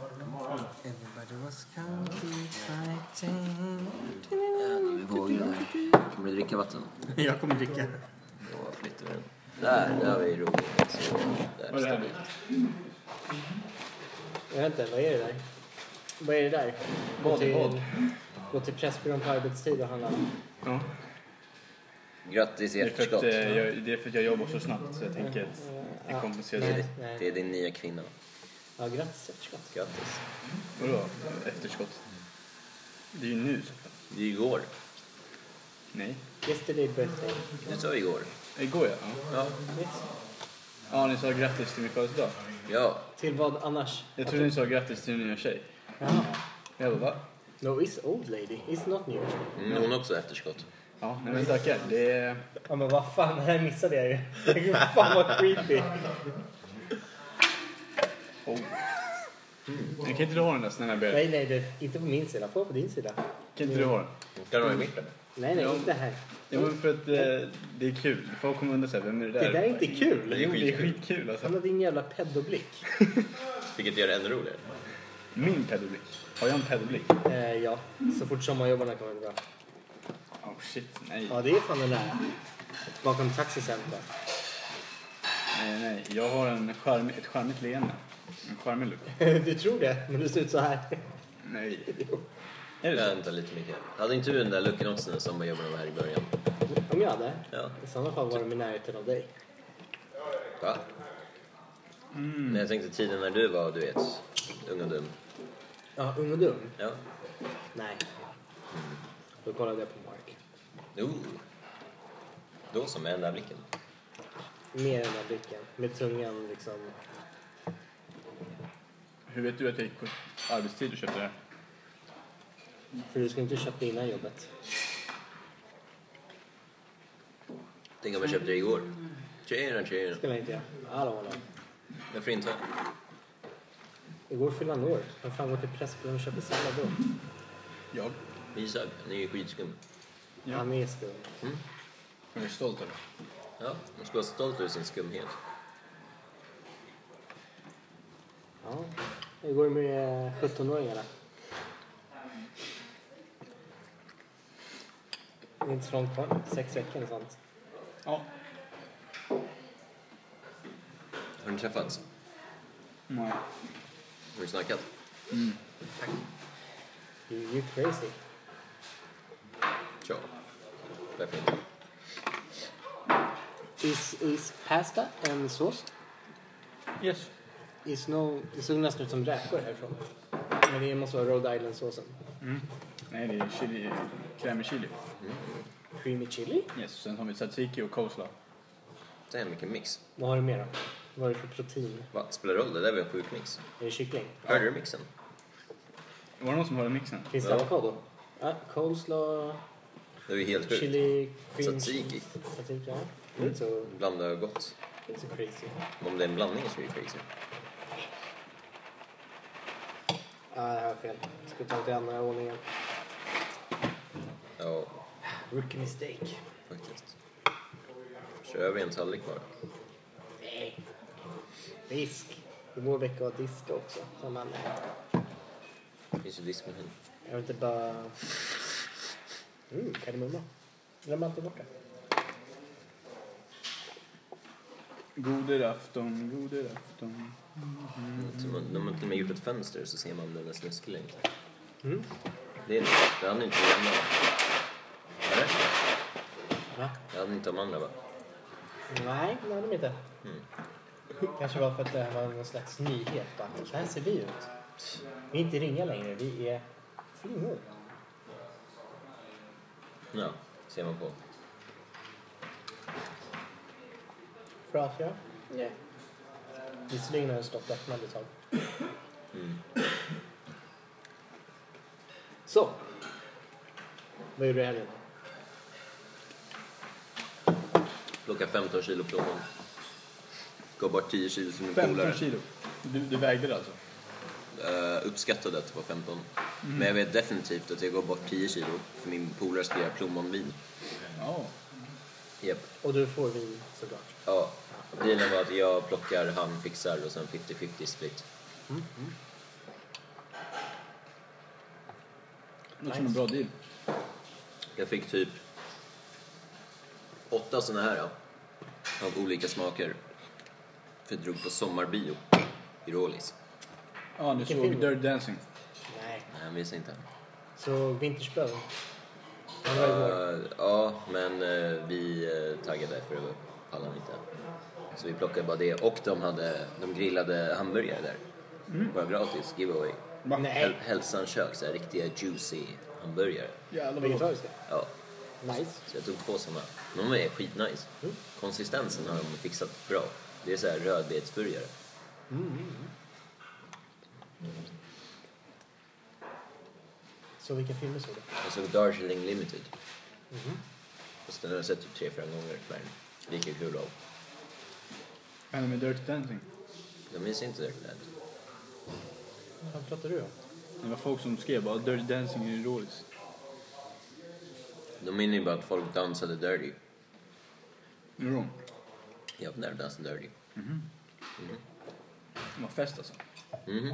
Everybody was counting fighting. Mm, Vi går vidare. Kommer du dricka vatten? Jag kommer dricka. Då flyttar vi den. Där, där har vi roligt. Så, där, stabilt. Jag vet inte, vad är det där? Vad är det där? Gå till, gå till Pressbyrån på arbetstid och handla. Ja. Grattis Det är, för att, efterskott. eh, jag, det är för att jag jobbar så snabbt så jag tänker att det Ja. kompenserar Nej, sig. nej. Det är din nya kvinna. Ja, grattis efterskott. Grattis. Vadå efterskott? Det är ju nu såklart. Det är ju igår. Nej. Yesterday birthday. Du sa igår. Igår ja. ja. Ja. Yes. Ja, ni sa grattis till min födelsedag. Ja. Till vad annars? Jag trodde ni sa grattis till min nya tjej. Ja. Jag bara va? No, it's old lady. It's not new. Mm, hon också efterskott. Ja, nej men tackar. Det är... Ja, men vad fan, det här missade jag ju. fan vad creepy. Oh. Kan inte du ha den där snälla Berit? Nej, nej, det, inte på min sida. Får jag på din sida? Kan inte du ha den? Kan du ha i mitten? Nej, nej, Ja. inte här. Ja men för att eh, det är kul. Folk kommer undra såhär, vem är det Det där? där är inte kul. Jo, det är skitkul alltså. Han har din jävla peddoblick. Vilket gör det ännu roligare. Min pedoblick. Har jag en pedoblick? Eh, ja, så fort sommarjobbarna kommer bra. Oh shit, nej. Ja, det är fan den där. Bakom taxicenter. Nej, nej. Jag har en charm, ett charmigt leende. En charmig look. Du tror det, men du ser ut så här. Nej. Är det Vänta lite mycket. Hade inte du den där lucken också när sommarjobben var här i början? Om jag hade. Ja. I sådana fall var de i närheten av dig. Va? Men jag tänkte tiden när du var, du vet, ung och dum. Ja, ung och dum? Ja. Nej. Då kollade jag på Mark. Ooh. Då som med den där blicken. Med den där blicken. Med tungan liksom. Hur vet du att jag gick på arbetstid och köpte det här? För du skulle inte köpa det innan jobbet. Tänk om jag köpte det igår. Tjena, tjena. Spelar inte jag. Alla honom. Varför inte? Igår fyllde han år. Han fan går till Pressbyrån och köper sallad då. Jag? Vi sög. Han är ju skitskum. Ja. Han är skum. Jag är stolt över Ja, man ska vara stolt över sin skumhet. Ja. Hur går det med eh, 17-åringarna? Det är inte så långt kvar. Sex veckor och sånt. Ja. Har ni träffats? Nej. Har ni snackat? You, you crazy. Ja. Varför inte? Is, is pasta en sås? Yes. Is no, det såg nästan ut som räkor härifrån. Men det måste vara Rhode Island-såsen. Nej, det är chili. Kräm med chili. Creamy chili? Yes. Sen har vi tzatziki och coleslaw. Det är en mycket mix. Vad har du mer då? Vad är det för protein? Va? Spelar roll? Det där var en sjuk mix. Är det kyckling? Hörde du mixen? Var det någon som hörde mixen? Finns det Ja. avokado? Ja, coleslaw, Det var ju helt sjukt. chili, cream Typ. Tzatziki. cheese, Tzatziki, ja. Det är inte så, Blanda gott. det är inte så crazy. Om det är en blandning så är det crazy. Ja, Ah, det här var fel. Ska ta det i andra ordningen. Ja, Rookie mistake. faktiskt. Kör vi en tallrik bara? Nej. Disk. Det går vecka att diska också. Så man, Det finns ju diskmaskin. jag vill inte bara... Mm, kardemumma. Glöm alltid bort det. Goder afton, goder afton. Så man- De har till och med gjort ett fönster så ser man den där snuskelen. Mm. Det är nytt. Det hade ni inte de andra va? Eller? Va? Det hade ni inte de andra va? Nej, det hade de inte. Kanske var för att det här var någon slags nyhet. Bara, så här ser vi ut. Vi är inte ringa längre, vi är flingor. Ja, ser man på. Frasiga. Yeah. Visserligen har den stått öppnad ett tag. Mm. Så. Vad gjorde du i helgen? Plocka 15 kilo plommon. Gav bort 10 kilo till min 15 polare. kilo. Du, du vägde det alltså? Eh, uppskattade att det var 15. Men jag vet definitivt att jag gav bort 10 kilo för min polare ska göra plommonvin. Ja. Japp. Och du får vin såklart. Ja. Dealen var att jag plockar, han fixar och sen 50-50 split. Låter som en bra deal. Jag fick typ åtta såna här ja, av olika smaker. För jag drog på sommarbio i Rålis. Ja, du Vilken såg film? Dirty Dancing. Nej. Nej, han visade inte. Så Vintersblow. Han var ju vår. Eh, ja, men eh, vi uh, taggade för det pallade inte. Så vi plockade bara det. Och de, hade, de grillade hamburgare där. Bara gratis, giveaway. Va? Häl- Nej. Hälsan kök, så här, riktiga juicy hamburgare. Jävlar vad gott. Vegetariska. Ja, Nice. så jag tog två såna. De är skitnice. Mm. Konsistensen har de fixat bra. Det är så här rödbetsburgare. Så vilka filmer såg du? Jag såg Darjeeling Limited. Fast den har jag sett typ tre, fyra gånger. Men lika kul av. Vad hände med Dirty Dancing? De minns inte det. men Vad pratar du om? Det var folk som skrev bara Dirty Dancing är roligt. De minns ju bara att folk dansade dirty. Gjorde de? Jag har dansat dirty. Det var fest alltså. Mhm.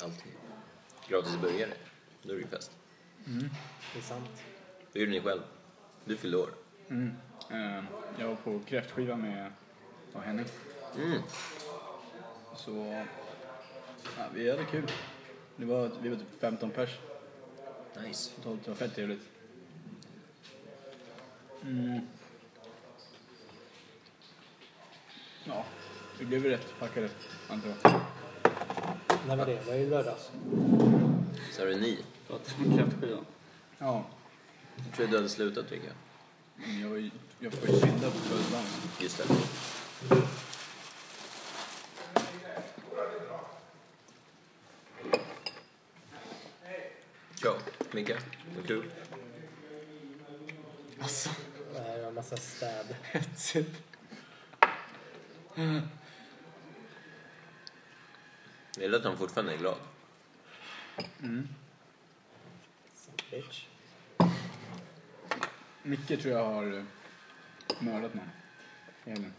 Alltid. Gratis burgare. Då är det ju fest. Det är sant. Det gjorde ni själv. Du fyllde år. Mm. Eh, Jag var på kräftskiva med ja, Henning. Mm. Så ja, vi hade kul. Det var, vi var typ 15 pers. Nice. Totalt, Det var fett trevligt. Mm. Ja, vi blev ju rätt packade antar jag. När var det? Var det i lördags? Så är det ni. Pratar om kräftskivan. Ja, Jag tror du hade slutat tycker jag. men jag var ju jag var ju synda på födelsedagen. Just det. Ja, Micke. Vad kul. Alltså, Det här var en Äh, massa städ. typ. Jag gillar att han fortfarande är glad. Bitch. Micke tror jag har eh, mördat någon. i helgen.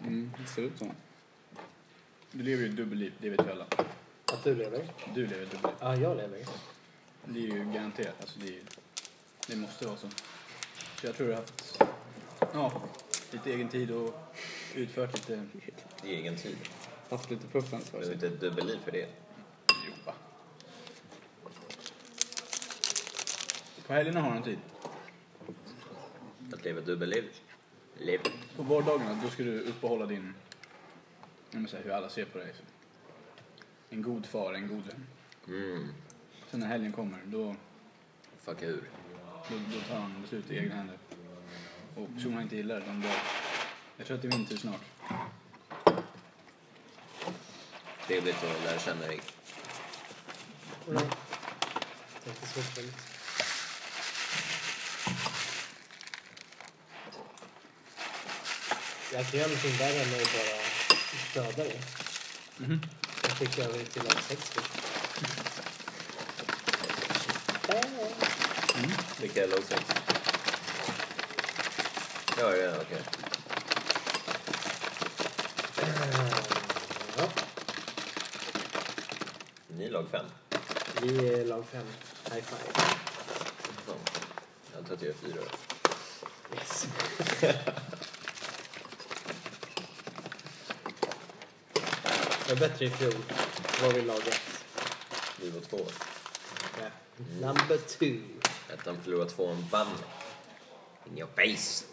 Mm, det ser ut så. Du lever ju ett dubbelliv, det vet vi alla. Att du lever? Du lever ett dubbelliv. Ja, jag lever. Det är ju garanterat. Alltså det, är, ju- det måste vara så. Så jag tror du har haft ja, lite egen tid och utfört lite... I egen tid. Haft lite puffens för Det är sig. inte ett dubbelliv för det. Jo, va? På helgerna har han tid. Att leva dubbelliv. Liv. På vardagarna, då ska du uppehålla din... Jag menar, hur alla ser på dig. En god far, en god vän. Mm. Sen när helgen kommer, då, Fucka ur. då, då tar han beslut i egna händer. Och tror han inte gillar det, de dör. Jag tror att det är min tur snart. Trevligt att lära känna dig. Alright. Tänkte sluta lite. Jag kan göra någonting värre än att bara döda dig. Jag skickar över dig till lag 60. Bye. Vilka låg sex? Ja, ja, okej. Ja, Ni är lag fem. vi är lag 5. High five. Fan. Jag antar att jag är fyra. Yes. Det var bättre i fjol. Då var vi lag 1. Vi var två. Yeah. Number two. Ettan förlorade tvåan vann. In your face.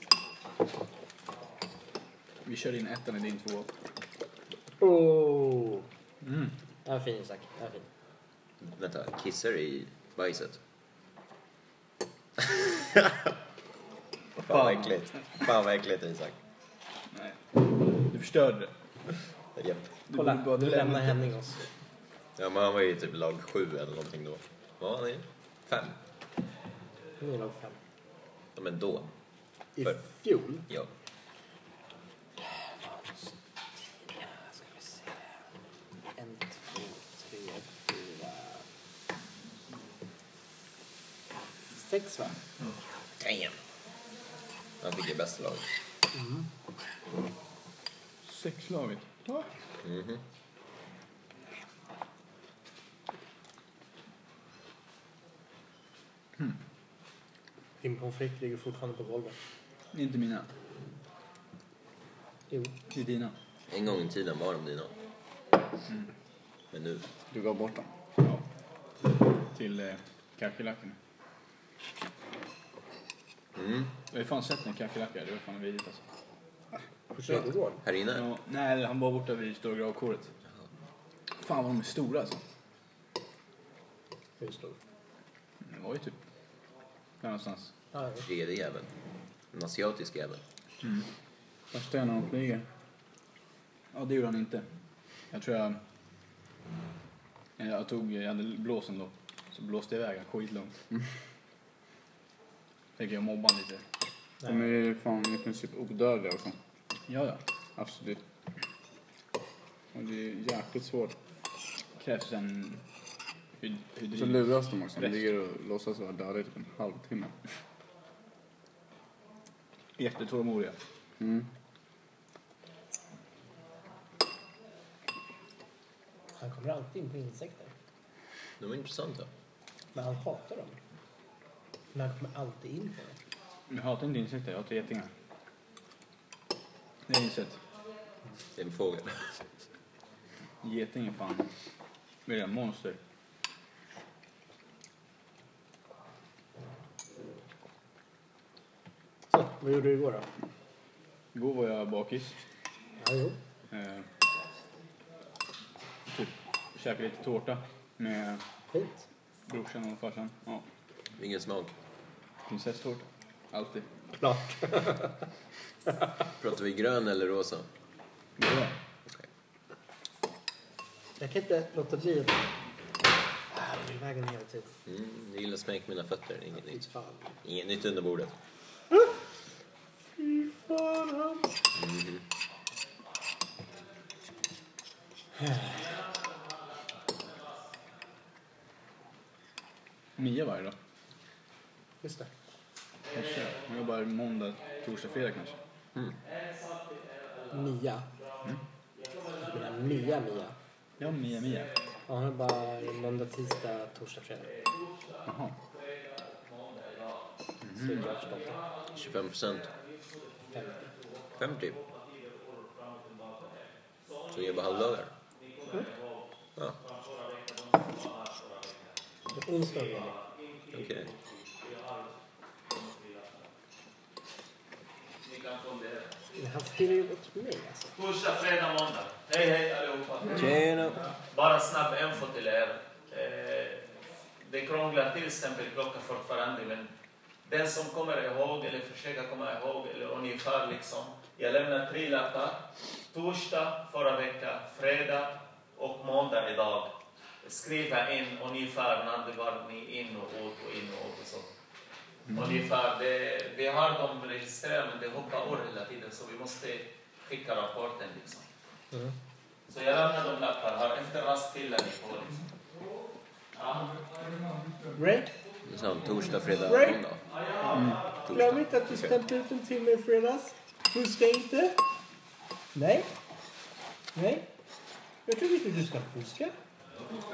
Vi kör in ettan i din två. Oh. Den var fin Isak. Den var fin. Vänta, kissar du i bajset? Fan vad äckligt. Fan vad äckligt Isak. Nej. Du förstörde det. Japp. Du Kolla, borde bara nu lämna lämnar Henning oss. Ja men han var ju typ lag sju eller någonting då. Vad var han i? Fem? Nu är lag 5. Ja men då. I För- fjol? Ja. Ska vi se. En, två, tre, fyra. Sex va? Damn. Han fick ju bästa laget. Sexlaget. Din pommes frites ligger fortfarande på golvet. Det är inte mina. Jo. Det är dina. En gång i tiden var de dina. Men nu... Du gav bort dem. Ja. Till eh, kackerlackorna. Mm. Jag har ju fan sett en kackerlacka. Det var fan vidrigt alltså. På Södergården. Här inne? Ja, nej, han var borta vid Stora gravkåret. Fan vad de är stora alltså. Hur stor? Det var ju typ där någonstans. Ja, jag vet. Tredje jäveln. En asiatisk jävel. Värsta är när de flyger. Ja, det gjorde han inte. Jag tror jag... eh, Jag, tog, jag hade blåsen då. Så blåste jag iväg han skitlångt. Fick jag mobba han lite. De är ju fan i princip odödliga också. Ja, ja. Absolut. Och det är jäkligt svårt. Krävs en... Hyd, Så hydrin. luras de också. De Väst. ligger och låtsas vara döda i typ en halvtimme. Jättetålmodiga. Mm. Han kommer alltid in på insekter. De var intressanta. Men han hatar dem. Men han kommer alltid in på dem. Jag hatar inte insekter, jag hatar getingar. Det är insett. Det är en fågel. Geting är fan... Vad är det? Monster. Så, vad gjorde du igår då? Igår var jag bakis. Ja, jo. Eh, typ käkade lite tårta med Fint. brorsan och farsan. Ja, Ingen smak. prinsesstårta. Alltid. Klart. Pratar vi grön eller rosa? Bra. Jag kan inte låta bli att... Ah, jag är i vägen hela tiden. Mm, jag gillar smäck mina fötter. Inget Fy nytt. fan. Inget nytt under bordet. Fan, han. Mia varje dag. Just det. Kanske. Hon jobbar måndag, torsdag, fredag kanske. Mia. Mm. Du menar Mia, Mia. Ja, Mia, Mia. Ja, hon är bara måndag, tisdag, torsdag, fredag. Jaha. Så det är bra förstått. 25 procent. Fem. 50. Så jobbar halvdagar. Ja, Det är Onsdag och fredag. okej. Men Han skriver ju åt mig alltså. Torsdag, fredag, måndag. Hej, hej allihopa. Tjena! Bara snabb info till er. Eh, det krånglar till stämpelklockan fortfarande, men den som kommer ihåg eller försöker komma ihåg eller ungefär liksom. Jag lämnar tre lappar. Torsdag förra veckan, fredag och måndag idag. Skriva in ungefär när det var ni in och ut och in och ut och så. Ungefär, det, vi har dem registrerade men det hoppar år hela tiden så vi måste skicka rapporten liksom. Mm. Så jag lämnar de lappar här. Efter rast fyller ni på liksom. Ja. Ray, Det är sant. Torsdag, fredag, Right. måndag. glöm inte att du stämplade ut en timme i fredags. Fuska inte. Nej. Nej. Jag tror inte du ska fuska.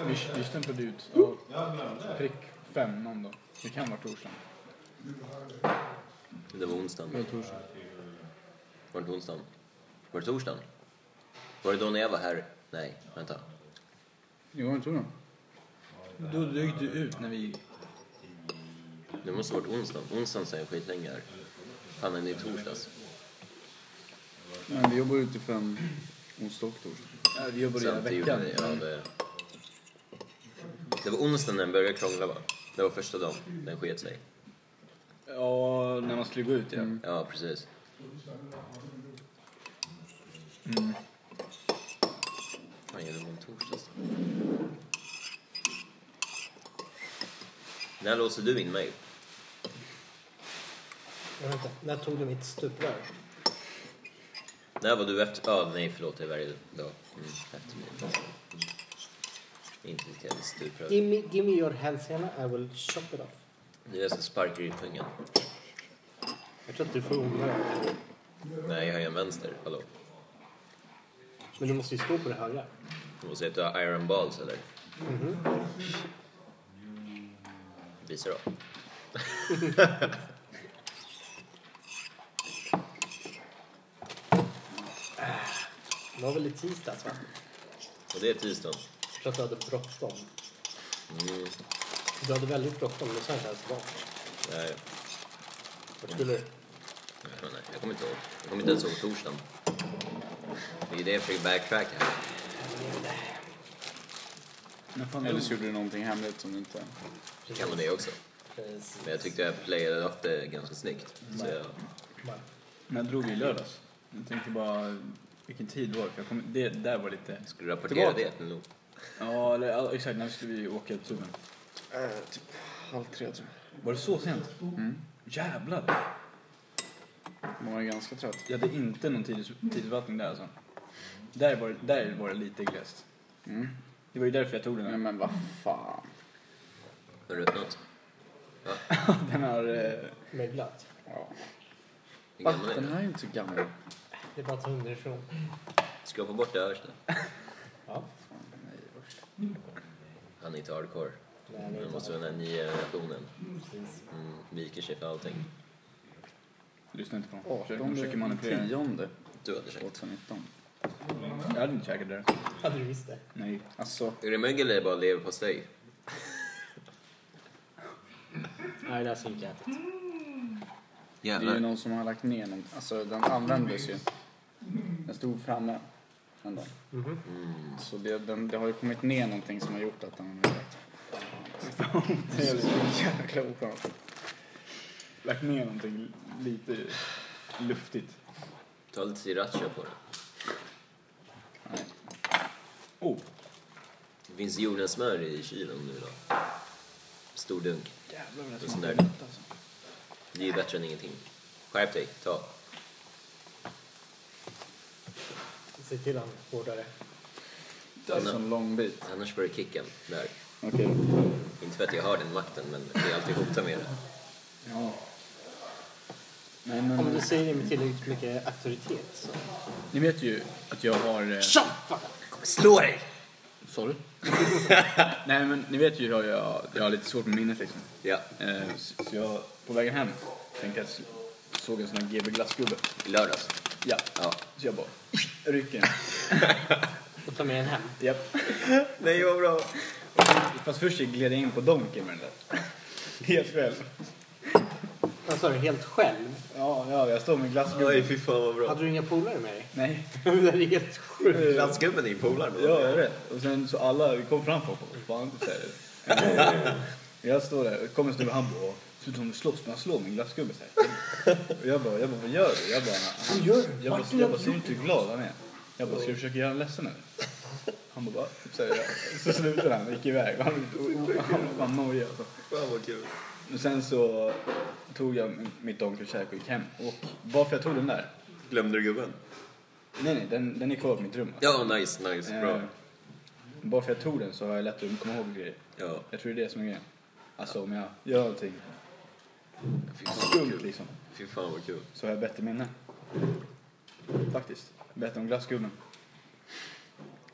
Vi, vi stämplade ut ja, prick fem någon dag. Det kan vara torsdag. Det var onsdagen. Det var torsdag. Var det onsdagen? Var det torsdagen? Var det då när jag var här? Nej, vänta. Jo, jag tror det. Då dök du ut när vi... Det måste ha varit onsdagen. Onsdagen säger jag skitlänge här. Fan, är det i torsdags? Men vi jobbar ute fem onsdag och torsdag. Ja, vi jobbade hela Samtidigt veckan. Mm. gjorde vi- ja, det... det var onsdagen när den började krångla, va? Det var första dagen den sket sig. Ja, när man skulle gå ut ja. Ja, precis. Fan, gör det på torsdags? När låser du in mig? Jag vet inte. När tog du mitt stuprör? När var du efter... Ja, nej förlåt, det är varje dag. Mm, eftermiddag. Mm. Inte riktigt jävla stuprör. Give me, give me your hälsena, I will chop it off. Det är jag som sparkar i pungen. Jag tror att du får omöjligt. Nej, jag har ju en vänster. Hallå? Men du måste ju stå på det högra. Du måste heta Iron Balls, eller? Visa då. Det var väl i tisdags va? Och det är tisdag. För att du hade bråttom. Du hade väldigt bråttom, du sa inte ens vart. Nej, Vart skulle du? jag tror- nej, jag kommer inte ihåg. Jag kommer inte ens ihåg torsdagen. Det är det jag försöker backtracka här. När fan Eller så gjorde du någonting hemligt som du inte... Det kan vara det också. Men jag tyckte jag playade upp det ganska snyggt. Så jag, Men jag drog ju i lördags. Jag tänkte bara, vilken tid var det? För jag kom, det där var lite... skulle du rapportera Tillbaka. det nu? Ja, eller, ja, exakt. När skulle vi åka ut tuben? Eh, typ Halv tre tror jag. Var det så sent? Mm. Jävlar! Man var ju ganska trött. Jag hade inte någon tids, tidsförvaltning där alltså. Där var, det- där var det lite glest. Mm. Det var ju därför jag tog den Nej här. men vad fan. Har du gjort något? Den här eh, Möglat. Ja. Hur Va? gammal är Den du? här är inte så gammal. Det är bara att ta underifrån. Skrapa bort det översta. Ja. Han är inte hardcore. Nej, men Men det måste vara den här nya generationen. Mm, viker sig för allting. lyssnade inte på honom. Försöker- De 18, försöker manipulera den. 10, Du hade käkat. 2019. Jag hade inte käkat där. Hade du visst det? Nej. Alltså, Är det mögel eller bara leverpastej? Nej, det har jag inte ätit. det är ju Jävlar. någon som har lagt ner den. Alltså den användes ju. Den stod framme en dag. Så det, den, det har ju kommit ner någonting som har gjort att den har lagt. Det är så jäkla oskönt. Lagt ner någonting lite luftigt. Ta lite sriracha på det. Nej. Oh! Det finns jordnötssmör i kylen nu då. Stor dunk. Jävlar vad det Och sån där. smakar gott alltså. Det är ju bättre än ingenting. Skärp dig, ta. Se till han hårdare. Det är en sån lång bit. Annars får du kicken där. Okej. Inte för att jag har den makten, men det är alltid hotar med det. Ja. Nej men... Om du säger det med tillräckligt mycket auktoritet så... Ni vet ju att jag har... Eh, Tja! Kommer slå dig! Sa du? Nej men ni vet ju hur jag, jag har lite svårt med minnet liksom. Ja, Eh, så, så jag, på vägen hem, tänkte jag s- såg en sån här GB glassgubbe. i lördags. Ja. Ja. Så jag bara rycker den. Och ta med en hem. Japp. Nej, vad bra. Fast först gled jag in på Donken med den där. Helt själv. Vad sa du? Helt själv? Ja, ja, jag står med glassgubben. Nej, fy fan vad bra. Hade du inga polare med dig? Nej. det där är helt sjukt. Glassgubben är ju polare med Ja, honom. jag vet. Och sen så alla, vi kom fram folk och bara, fan inte säger det. Jag står där, och kommer en snubbe han bara, "Åh, ser ut som du slåss, men han slår min glassgubbe så här. Och jag bara, jag bara, vad gör du? Jag bara, han, gör du? jag bara, jag bara, ser du inte hur glad han är? Jag bara, ska du försöka göra honom ledsen eller? Han bara, va? Typ så, här, ja. så slutade han, gick iväg. Han var fan nojig alltså. Fan vad kul. Och sen så tog jag min- mitt onkelkäk och gick hem. Och bara för jag tog den där, Glömde du gubben? nej nej, den, den är kvar på mitt rum. alltså. Ja, nice, nice. Bra. Eh, Bara för jag tog den så har jag lätt att komma ihåg grejer. Ja. Jag tror det är det som är grejen. Alltså om jag gör någonting Fy fan vad skumt kul. liksom, Fy fan vad kul. så har jag bättre minne. Faktiskt. Bättre om glassgubben.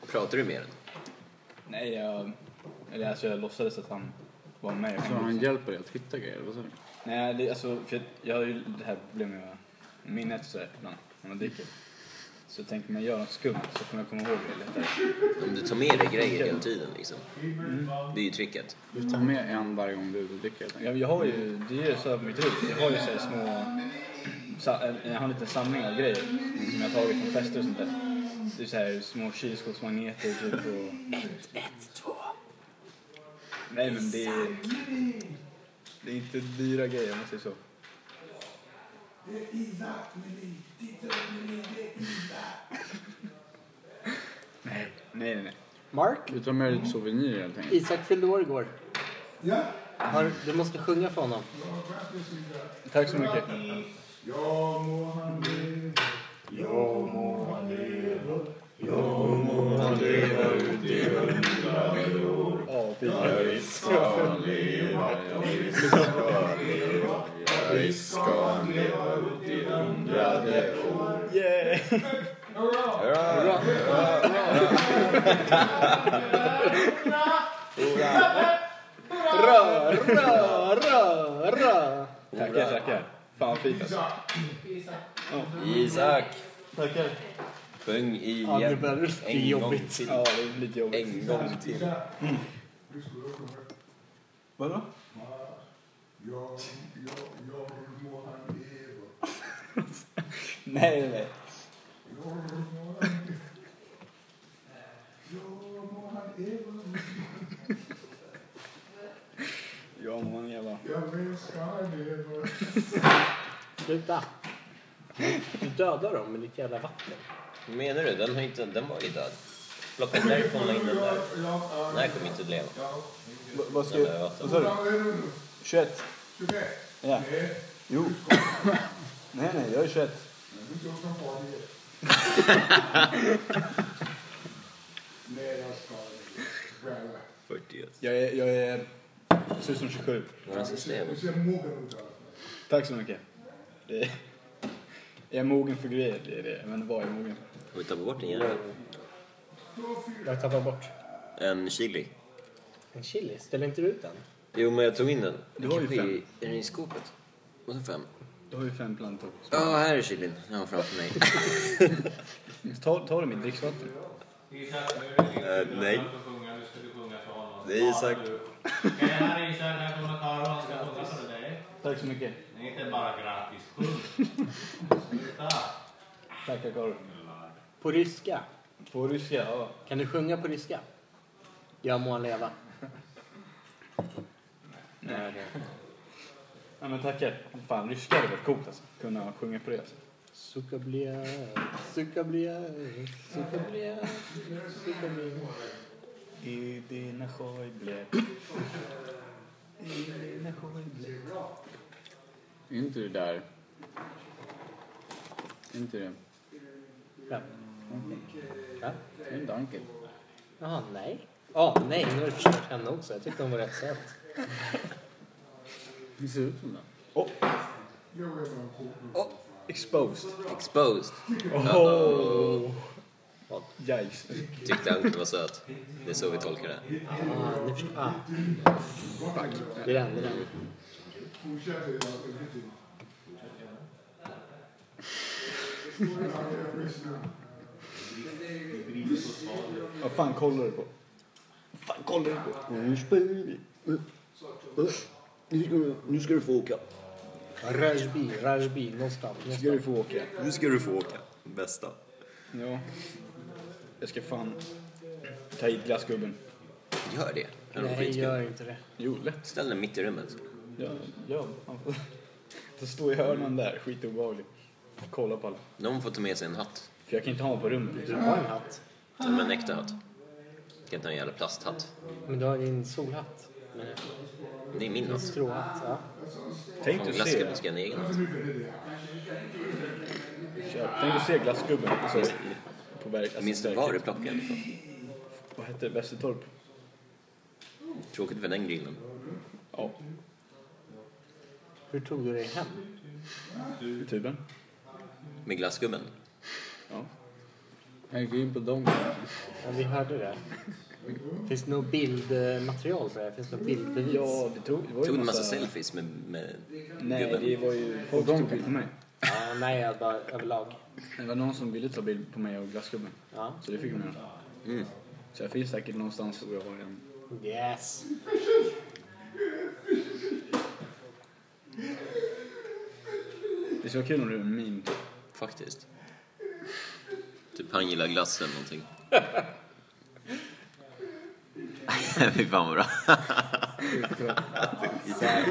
Pratar du med den? Nej, jag... Eller alltså jag låtsades att han var med. Så Alltså, han hjälper dig att hitta grejer? Vad sa du? Nej, det, alltså för jag, jag har ju det här problemet med minnet och sådär ibland, när man dricker. Så tänker man göra något skumt så kommer jag komma ihåg det lättare. Om du tar med dig grejer hela tiden liksom. Det är ju tricket. Du tar med en varje gång du är ute och dricker helt enkelt. Jag, jag har ju, det är ju så här på mitt rum, jag har ju så här små, sa, en- jag har en liten samling av grejer som jag har tagit från fester och sånt där. Det är så här små kylskåpsmagneter typ och... Ett, ett, två. Nej men det är... Det är inte dyra grejer om man säger så. Nej, nej, nej. nej. Mark? Du tar med dig souvenirer helt enkelt. Isak fyllde år igår. Ja. Har, du måste sjunga för honom. Tack så mycket. Ja, fint. Ah. Rö, rö, rö, rö. Tackar, tackar. Fan fint alltså. Isak! Tackar. sjöng igen. Ja, det börjar bli en gång jobbigt. till. Ja, det är lite jobbigt. En gång till. Vadå? Nej, nej, nej. Ja, man jävla... Sluta. Du dödar dem med ditt jävla vatten. Vad menar du? Den, har inte, den var ju död. Plocka därifrån la in den där. Den här kommer inte att leva. Va- Vad ska Den jag... där Vad vatten. sa du? 21? Ja. Jo. Nej, nej, jag är 21. Yes. 40 år. Jag är... Jag är... Ser ut som 27. Våra system. Tack så mycket. Det är... Jag är mogen för grejer, det är det. Men vad är jag mogen för? Får vi tappa bort den igen? Jag tappar bort. En chili. En chili, ställer inte du ut den? Jo, men jag tog in den. Du har ju Kanske fem. i- Är den i skåpet? Och så fem. Du har ju fem plantor. Ja, här är chilin. Den var framför mig. Ta, ta dem i dricksvatten. Isak, nu är det Eh, din nej. tur att sjunga. Nu ska du sjunga för honom. Det är Isak. Okej, här är Isak. Här kommer Karo. Han ska sjunga för dig. Tack så mycket. Det är inte bara gratis. Sjung. Sluta. Tackar Karin. På ryska. På ryska, ja. Kan du sjunga på ryska? Jag må han leva. Nej, okej. Nej, men tackar. Fan, ryska hade varit coolt alltså. Kunna sjunga på det. Alltså. Suka blia, suka blia, suka blia, suka blia. I dina skojblä. I dina skojblä. Är inte du där? Är inte du? Ja. Ja. Är inte Ankel? Jaha, nej. Ja, nej, nu har du kört henne också. Jag tyckte hon var rätt söt. Det ser ut som det. Exposed. Exposed. Oh. Vad? Yikes. Tyckte han inte var söt. Det är så vi tolkar det. Ah, nu förstår ah. Det är den, det är den. Vad fan kollar du på? Vad fan kollar du på? Nu Mm. ska du få åka. Rajbi, Rajbi, någonstans. Nu ska du få åka. Nu ska du få åka. Bästa. Ja. Jag ska fan ta hit glassgubben. Gör det. Det var Nej, skitkul. gör inte det. Jo, lätt. Ställ den mitt i rummet. Ja, ja. Han får... Så står i hörnan där, skitobehaglig. Kolla på alla. Någon får ta med sig en hatt. För jag kan inte ha honom på rummet. Du har en hatt. Ta med en äkta hatt. Jag kan inte ha en jävla plasthatt. Men du har din solhatt. Det är min Din hatt. skråhatt, ja. Tänk Fan, dig se. glassgubben ska ha en egen hatt. Kör. Tänk dig se glassgubben. Så, på verk, alltså, Minns du verkligen. var du plockade ifrån? Vad hette det? Västertorp? Tråkigt för den grillen. Ja. Hur tog du dig hem? I tuben? Med glassgubben. Ja. Jag gick in på dem. Ja, vi hörde det. Finns det något bildmaterial på det här? Finns det något bildbevis? Ja, det tog, det var ju Tog en massa selfies med, med Nej, gubben. det var ju... Folk de tog kan- bild på mig. Ja, nej, jag bara överlag. Det var någon som ville ta bild på mig och glassgubben. Ja. Så det fick de göra. Mm. Så jag finns säkert någonstans och jag har en... Yes. Det skulle vara kul om du är en meme. Faktiskt. Typ han gillar glass eller någonting. Fy fan vad bra. Sad.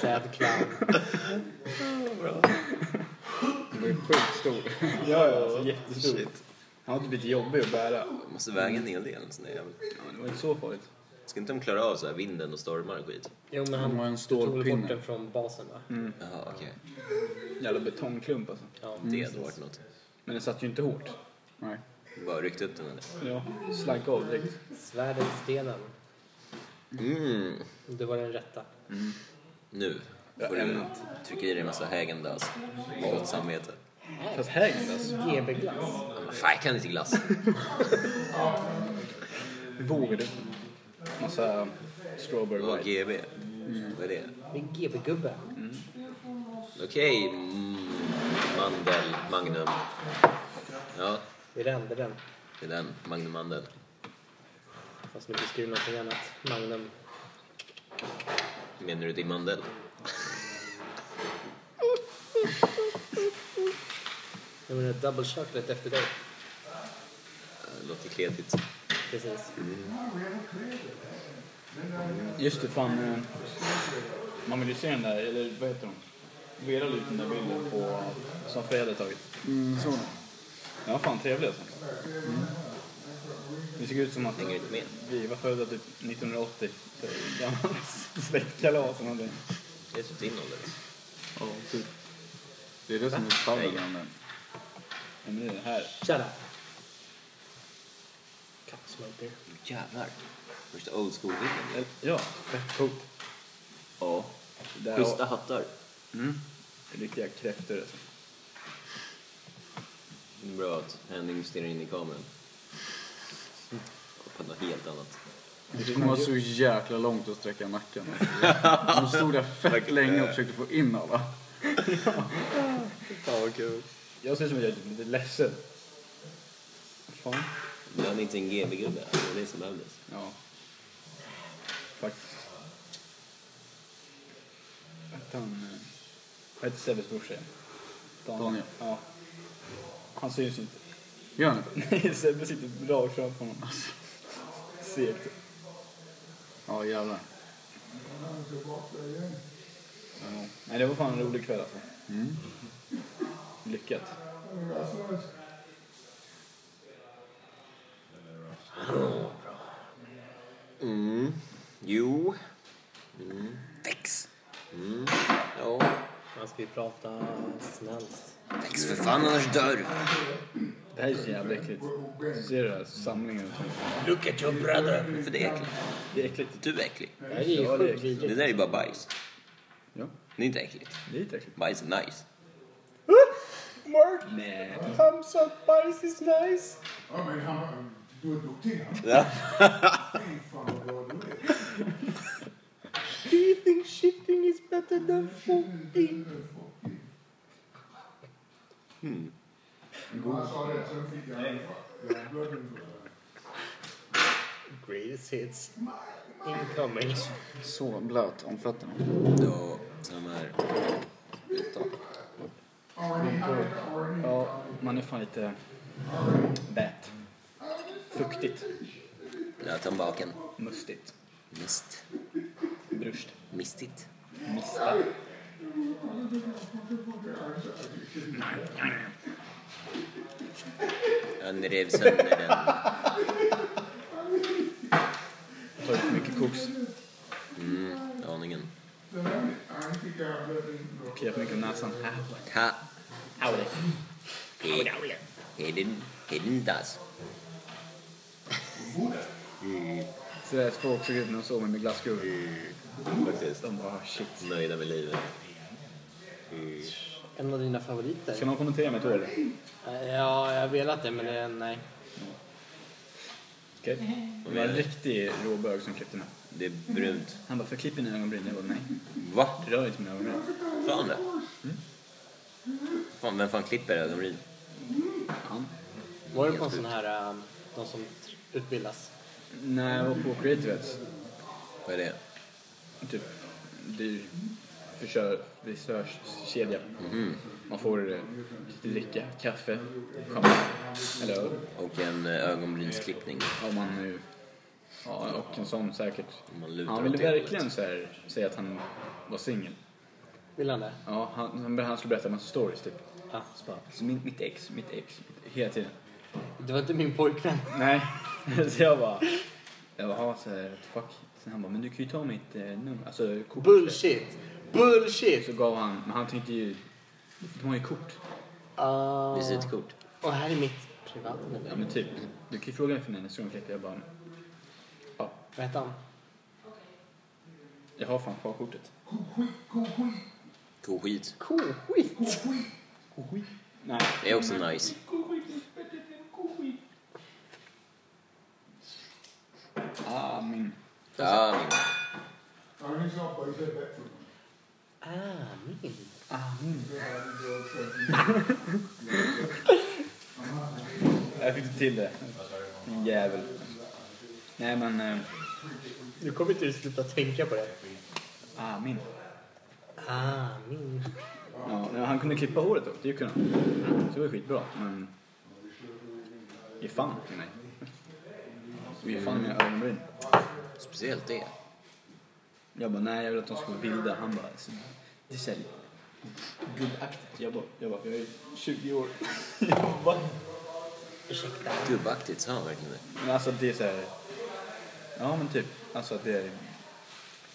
Sad clown. Det är sjukt stor. Ja, ja, alltså, jättestor. Han har typ lite jobbig att bära. Måste väga en hel del. en sån där jävel. Ja, det var inte så farligt. Ska inte de klara av så här vinden och stormar och skit? Jo, men De han har en tog väl bort stålpinne. den från basen, va? Mm. Jaha, okej. Jävla betongklump alltså. Ja. Det hade varit något. Men den satt ju inte hårt. Nej. Bara ryckt upp den eller? Ja, slank av direkt. Svärdet i stenen. Mm. Det var den rätta. Nu Ja, får du ämnat. trycka i dig en massa Häagen-Dazs. Med gott samvete. Fast hägn alltså. GB-glass. Ja, men Fan, jag kan inte glass. Vågar du? Massa strawberry Vad var white. GB? Vad är det? Det är GB-gubbe. Okej, mm, Mandel Magnum. Ja, Det är den, det är den. det är den. Magnumanden. Fast nu beskriver någonting annat. Magnum. Menar du din mandel? Jag menar double chocolate efter dig. Det Eh, låter kletigt. Precis. Just det, fan. eh, Man vill ju se den där, eller vad heter de? Vera la ut den där bilden på, som Freja hade tagit. Mm, så. Den var fan trevlig alltså. Det såg ut som att Hänger inte med. vi var födda typ 1980. Så Gammal släktkalas eller någonting. Det är typ din ålder. Ja, typ. Det är det som är fallet med den. Ja, men det är det här. Shut up. Cup smoker. Jävlar. Första old school-bilden. Eller- Ja, fett coolt. Ja. Det där- Schyssta hattar. Riktiga kräftor alltså. Det är Bra att Henning stirrar in i kameran. Och på något helt annat. Det var så jäkla långt att sträcka nacken. De stod där fett länge och försökte få in alla. Fan vad kul. Jag ser ut som att jag är lite ledsen. Fan. Du hade inte en GB-gubbe. Det var det som behövdes. Ja. Faktiskt. Att han... eh, Vad heter Sebbes brorsa igen? Daniel. Ja. Han syns inte. Gör han inte? Nej, Sebbe sitter rakt framför honom. Segt. Ja, jävlar. Ja. Nej, det var fan en rolig kväll alltså. Mm. Lyckat. Mm. Jo. Mm. Mm. Ja. Man ska ju prata snällt. Väx för fan annars dör du. Det här är så jävla äckligt. Ser du den här samlingen? Look at your brother. För det är äckligt. Det är äckligt. Du är äcklig. Det här är ju Ja, det är- sjukt vidrigt. Det där är ju bara bajs. Ja. Det är inte äckligt. Det är lite äckligt. Bajs är nice. Mark! Nej. Thumbs up, bajs is nice! Ja, men han, du är duktig. Han. Ja. Fy fan vad bra du är. Do you think shitting is better than fucking? Hmm. Men han sa det, sen fick jag anfall. Jag glömde inte det. Greatest hits. Incoming. Så blöt om fötterna. Ja, samma här. Ja, man är fan lite... Bät. Fuktigt. Lötan baken. Mustigt. Mist. Brust. Mistigt. Mista. Han rev sönder den. Tar ut mycket koks. Mm, aningen. Kliar mycket om näsan. Äh, Ha. Aure. He, heden. Heden das. Så där står också ut när de sover med glasskruvar. Faktiskt. De bara shit. Nöjda med livet. En av dina favoriter. Ska någon kommentera mitt hår? Okej. Ja, jag har velat det, men det, nej. Det var en riktig råbög som klippte mig. Det är brunt. Han bara, förklipp dina ögonbryn. Jag bara, nej. Va? Rör inte mina ögonbryn. Fan det. Fan, vem fan klipper ögonbryn? Var du på en sån här, um, de som utbildas? Nej, jag var på Creativets. Vad är det? Typ dyr försör, frisörskedja. Man får eh, lite dricka, kaffe, champagne eller öl. Och en eh, ögonbrynsklippning. Om man nu... Ja, och en sån säkert. Om Man lutar Han åt ville det verkligen hållet. så här, säga att han var singel. Vill han det? Ja, han, han- han skulle berätta en massa stories typ. Ja, smart. Så min, mitt ex, mitt ex, hela tiden. Det var inte min pojkvän. Nej, så jag bara... Jag bara, "Ja, så här, what the fuck. Sen han bara, men du kan ju ta mitt eh, nummer. Alltså kort. Bullshit! Bullshit! Så gav han, men han tänkte ju... De har ju kort. Ah. Visitkort. Och här är mitt privatnummer. Ja men typ, du kan ju fråga för mig nästa gång Peter. Jag bara, ja, Vad hette han? jag har fan kvar kortet. Koskit. Koskit! Nej, Det är också nice. ah min. Ja, min. Han är så på sig bättre. Ah, min. Han är bra inte till det. Din jävel. Nej men... eh, Du kommer inte sluta tänka på det. Ah, min. Ah, min. Ja, nej, han kunde klippa håret upp, det kunde han. Mm, Så det var skitbra, men... Ge fan i mig. Ge fan i mina ögonbryn. Speciellt det. Jag bara, nej jag vill att de ska vara vilda. Han bara, så- det är såhär gubbaktigt. Jag bara, jag bara, jag är 20 år. jag bara, Gubbaktigt, sa han verkligen det? men alltså det är såhär... Ja men typ, alltså det är...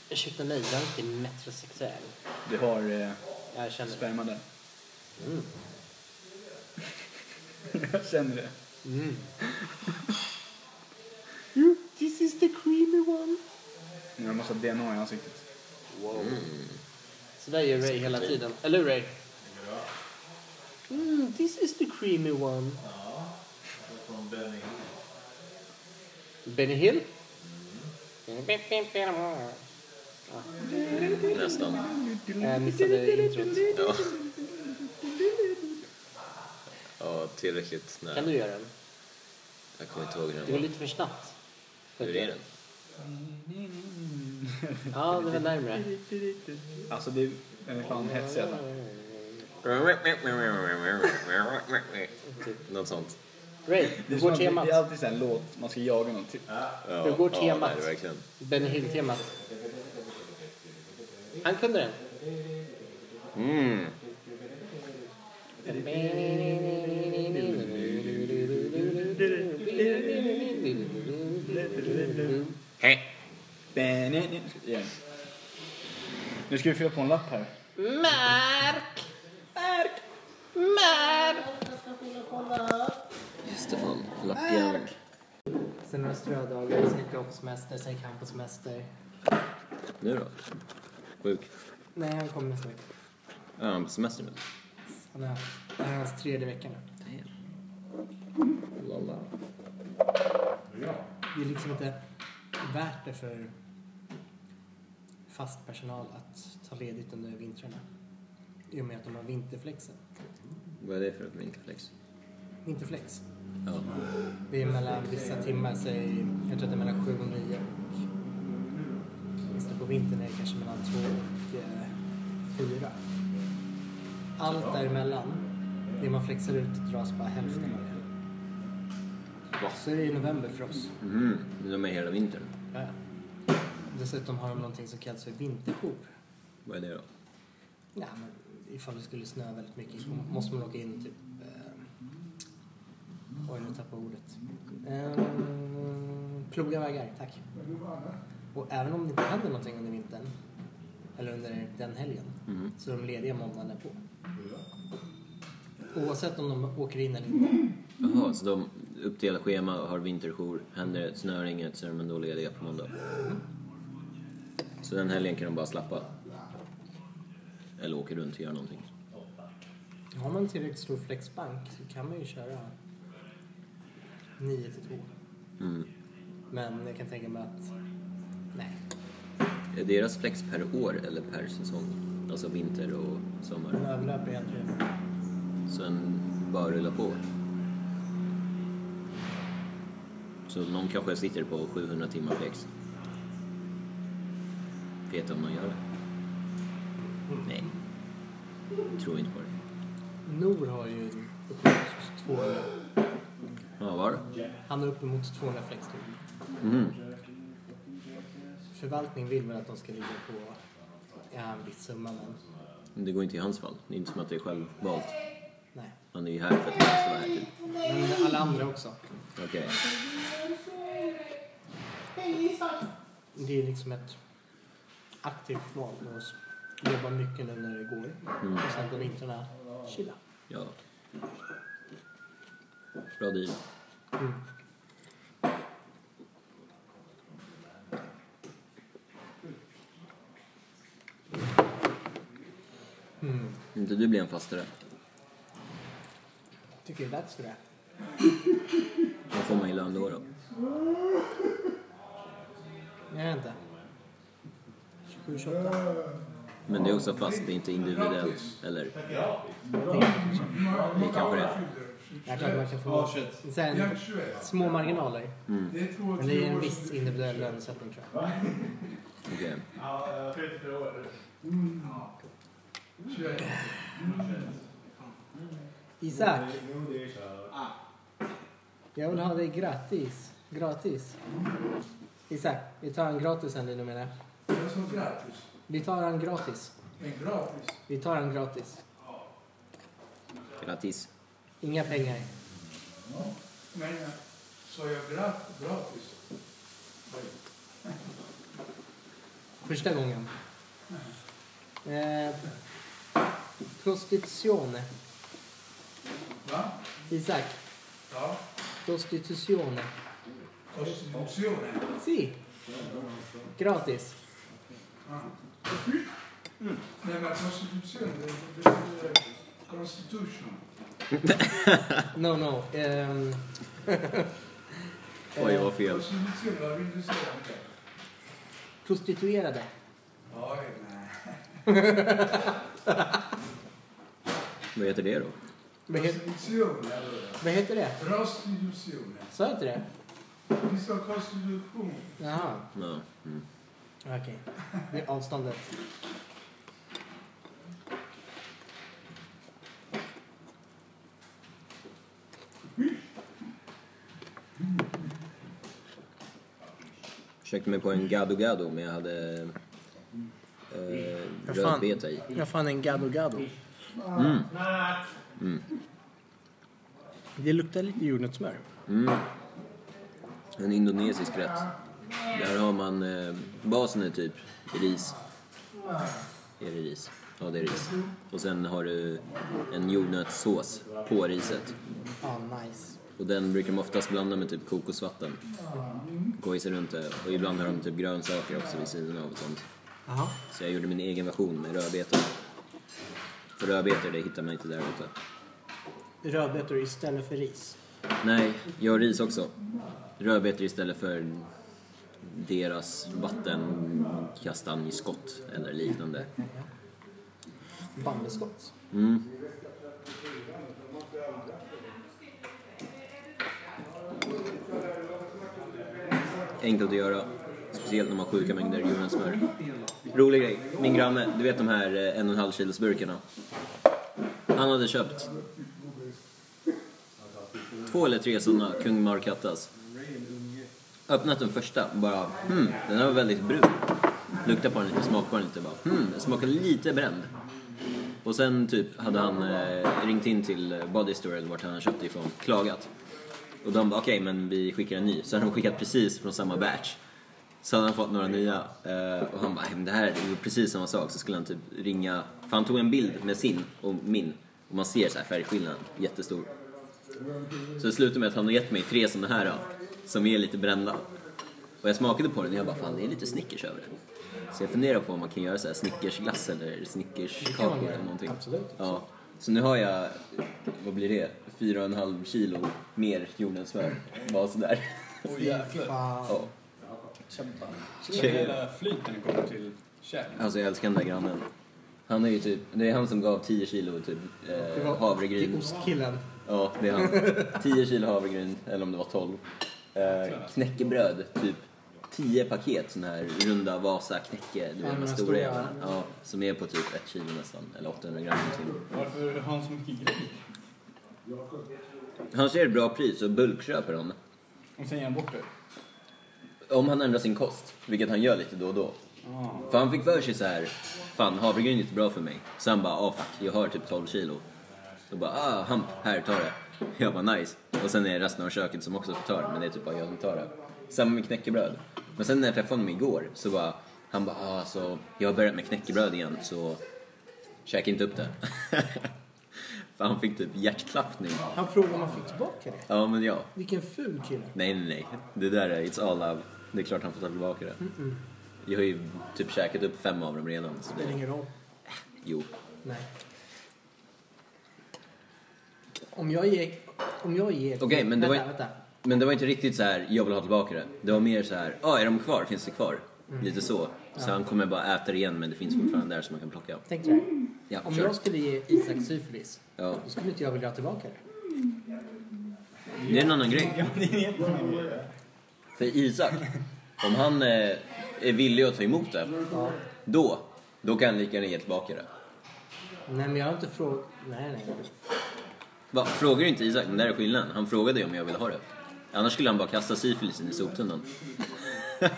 Ursäkta mig, jag är inte metrosexuell. Du har eh, Jag känner det. sperma där. jag känner det. You, this is the creamy one. Nu har en massa DNA i ansiktet. Så där gör Ray hela tiden. Eller hur Ray? Mm, this is the creamy one. Från Benny. Benny Hill? Nästan. Jag missade introt. Ja. ja, tillräckligt nära. Kan du göra den? Jag kommer inte ihåg hur Det var den var. lite för snabbt. Hur är den? Ja, det var närmare. Alltså det är fan hetsig alltså. Typ. Något sånt. Ray, Det hur är, som går att, det temat? är alltid sån här låt man ska jaga någon till. Ja, Hur går Ja, temat? nej, verkligen. Benny Hill-temat. Han kunde den. Mm. Hej. Benny- igen. Nu ska vi fylla på en lapp här. Mark! Mark! Mark! Just det, fan. Lappjäveln. Sen några strödagar, sen gick jag på semester, sen gick han på semester. Nu då? Sjuk. Nej, han kommer nästa vecka. Ja, han är på Um, semester nu. Han är, det här är hans tredje vecka nu. Lala. Det är liksom inte värt det för fast personal att ta ledigt under vintrarna. I och med att de har vinterflexen. Vad är det för ett vinkelflex? Vinterflex. Ja. Det är mellan vissa timmar, säg, jag tror att det är mellan sju och nio. Visst, på vintern är det kanske mellan två och eh, fyra. Allt däremellan, det man flexar ut dras bara hälften av det. Så är det i november för oss. Mm. De är hela vintern. Ja. Dessutom har de någonting som kallas för vinterjour. Vad är det då? Ja, men ifall det skulle snöa väldigt mycket så måste man åka in typ... Eh, oj, nu tappade jag ordet. Eh, ploga vägar, tack. Och även om det inte händer någonting under vintern, eller under den helgen, så är de lediga måndagen därpå. Oavsett om de åker in eller inte. Jaha, så de uppdelar schema och har vinterjour. Händer det snöar inget så är de ändå lediga på måndag. Så den helgen kan de bara slappa? Eller åka runt och göra någonting? Har man tillräckligt stor flexbank så kan man ju köra 9 till 2. Mm. Men jag kan tänka mig att, nej, Är deras flex per år eller per säsong? Alltså vinter och de sommar. överlöper jag tror jag. Så en bara rullar på. Så någon kanske sitter på 700 timmar flex. Vet om någon gör det? Nej. Tror inte på det. Nor har ju uppemot 200. Ja, var? Han har uppemot 200 flexturer. Mm. Förvaltning vill väl att de ska ligga på ja, en viss summa, men Men Det går inte i hans fall. Det är inte som att det är självvalt. nej. Han är ju här för att han ska vara här. typ. Men alla andra också. Okej. Det är liksom ett aktivt val för oss. Jobba mycket nu när det går och sen på vintrarna chilla. Ja. Bra deal. Inte du blir en fastare. Tycker det är dags för det. Vad får man i lön då? då? Jag vet inte. 27, 28. Men det är också fast, det är inte individuellt. Eller? Det kanske det är. Det är klart man kan få så här, små marginaler. Mm, Men det är en viss individuell lönesättning tror jag. Okej. Ja, 34 år. Isak, Ah. jag vill ha dig gratis. Gratis. Isak, vi tar han gratis sen nu menar jag. Vi tar han gratis. Vi tar han gratis. Grattis. Inga pengar. Första gången. Eh, prostitution. Isak. Prostitution. Si. Gratis. No, no. Ehm, Eh, Oj, vad fel. prostituerade. Vad heter det då? Vad, he- vad heter det? Sa jag inte det? Jaha, Ja. Mm. okej. Det är avståndet. Försökte mig på en gado-gado, men jag hade eh, rödbeta i. Jag fann en gado gado. Mm. Det luktar lite jordnötssmör. En indonesisk rätt. Där har man... Eh, basen är typ ris. Är det ris? Ja, det är ris. Och sen har du en jordnötssås på riset. Ja, nice. Och den brukar de oftast blanda med typ kokosvatten. Gojsar runt det. Och ibland har de typ grönsaker också vid sidan av och sånt. Jaha. Så jag gjorde min egen version med rödbetor. För rödbetor, det hittar man inte där ute. Rödbetor istället för ris. Nej, jag har ris också. Rödbetor istället för deras vattenkastanjskott eller liknande. Bambuskott. Mm. Enkelt att göra. Speciellt när man har sjuka mängder jordnötssmör. Rolig grej. Min granne, du vet de här eh, en och en halv kilos burkarna. Han hade köpt två eller tre sådana Kung Markattas. Öppnat den första och bara hmm, den här var väldigt brun. Luktar på den lite, smakar på den lite bara hmm, den smakar lite bränd. Och sen typ hade han eh, ringt in till eh, Body Store eller vart han köpte ifrån, klagat. Och de bara okej men vi skickar en ny. Så hade de skickat precis från samma batch. Så hade han fått några nya eh, och han bara "Nej, men det här är ju precis samma sak. Så skulle han typ ringa, för han tog en bild med sin och min. Och man ser så här färgskillnaden, jättestor. Så det slutade med att han har gett mig tre sådana här då, som är lite brända. Och jag smakade på den och jag bara fan det är lite Snickers över det. Så jag funderar på om man kan göra så här Snickersglass eller kan man Snickerskakor göra, eller någonting. absolut. Ja. Så nu har jag, vad blir det, fyra och en halv kilo mer jordnötssmör. Bara sådär. Fan. Ja. Kämpa. Tjena. Hela flyten kommer till käk. Alltså jag älskar den där grannen. Han är ju typ, det är han som gav 10 kilo typ Det eh, var- Det är havregryn. ostkillen. Ja, det är han. 10 kilo havregryn, eller om det var 12. Eh, knäckebröd, typ 10 paket sån här runda Vasa knäcke, du Ja, vet de de här här stora stora. jävlarna. Ja, som är på typ 1 kilo nästan, eller 800 gram någonting. Varför har han så mycket grejer? Han ser ett bra pris och bulkköper honom. Och sen ger han bort det. Om han ändrar sin kost, vilket han gör lite då och då. För han fick för sig så här, fan havregryn är inte bra för mig. Så han bara, ah fuck, jag har typ 12 kilo. Då bara, ah hamp, här, ta det. Jag bara nice. Och sen är det resten av köket som också får ta det, men det är typ bara jag som tar det. Samma med knäckebröd. Men sen när jag träffade honom igår så bara, han bara, ah så jag har börjat med knäckebröd igen så käka inte upp det. för han fick typ hjärtklappning. Han frågade om han fick tillbaka det. Ja men ja, Vilken ful kille. Nej, nej, nej. Det där är It's all love. Det är klart han får ta tillbaka det. Jag har ju typ käkat upp fem av dem redan. Så Det spelar det... ingen roll. Jo. Nej. Om jag ger... Om jag ger... Okej, men det var- vänta, Vänta, Men det var inte riktigt så här, jag vill ha tillbaka det. Det var mer så här, ja, är de kvar? Finns det kvar? Lite så. Så han kommer bara äta det igen, men det finns fortfarande där som man kan plocka. Tänk dig det här. Ja, Om kör. jag skulle ge Isak syfilis, Ja. då skulle inte jag vilja ha tillbaka det. Det är en annan grej. För Isak, om han eh, är villig att ta emot det, då, då kan han lika gärna ge tillbaka det. Nej, men jag har inte frågat... Nej, nej. Va, frågar inte Isak, men där är skillnaden. Han frågade ju om jag ville ha det. Annars skulle han bara kasta syfilisen i soptunnan. Nej,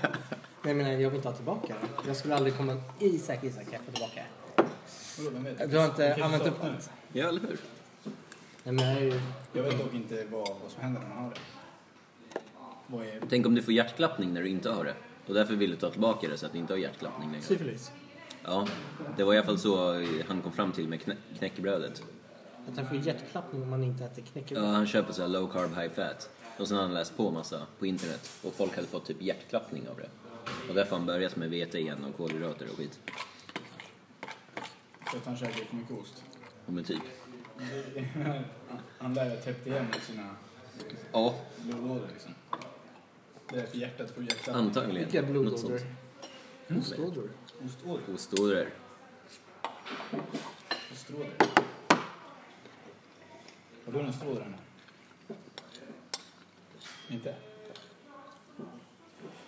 men nej, jag vill inte ha tillbaka det. Jag skulle aldrig komma... Isak, Isak, jag får tillbaka det. Du har inte använt upp allt? Ja, eller hur? Nej, men jag är ju... Jag vet dock inte vad, vad som händer när man har det. Vad är... Tänk om du får hjärtklappning när du inte har det. Och därför vill du ta tillbaka det så att du inte har hjärtklappning längre. Syfilis. Ja, det var i alla fall så han kom fram till med knä- knäckebrödet. Att han får hjärtklappning om man inte äter Ja, knäckebröd. han köper så här low carb high fat. Och sen har han läst på massa på internet och folk hade fått typ hjärtklappning av det. Och därför har han börjat med vete igen och kolhydrater och skit. För att han käkar för mycket ost. Och med typ. Han lär ju ha täppt igen med sina Ja, blodådror liksom. Det är för hjärtat får hjärtat. antagligen. Vilka Något sånt. Mm. blodådror? Ostådror? Ostådror. Ostådror. Ostrådor. Har du någon strådor hemma? Inte? Är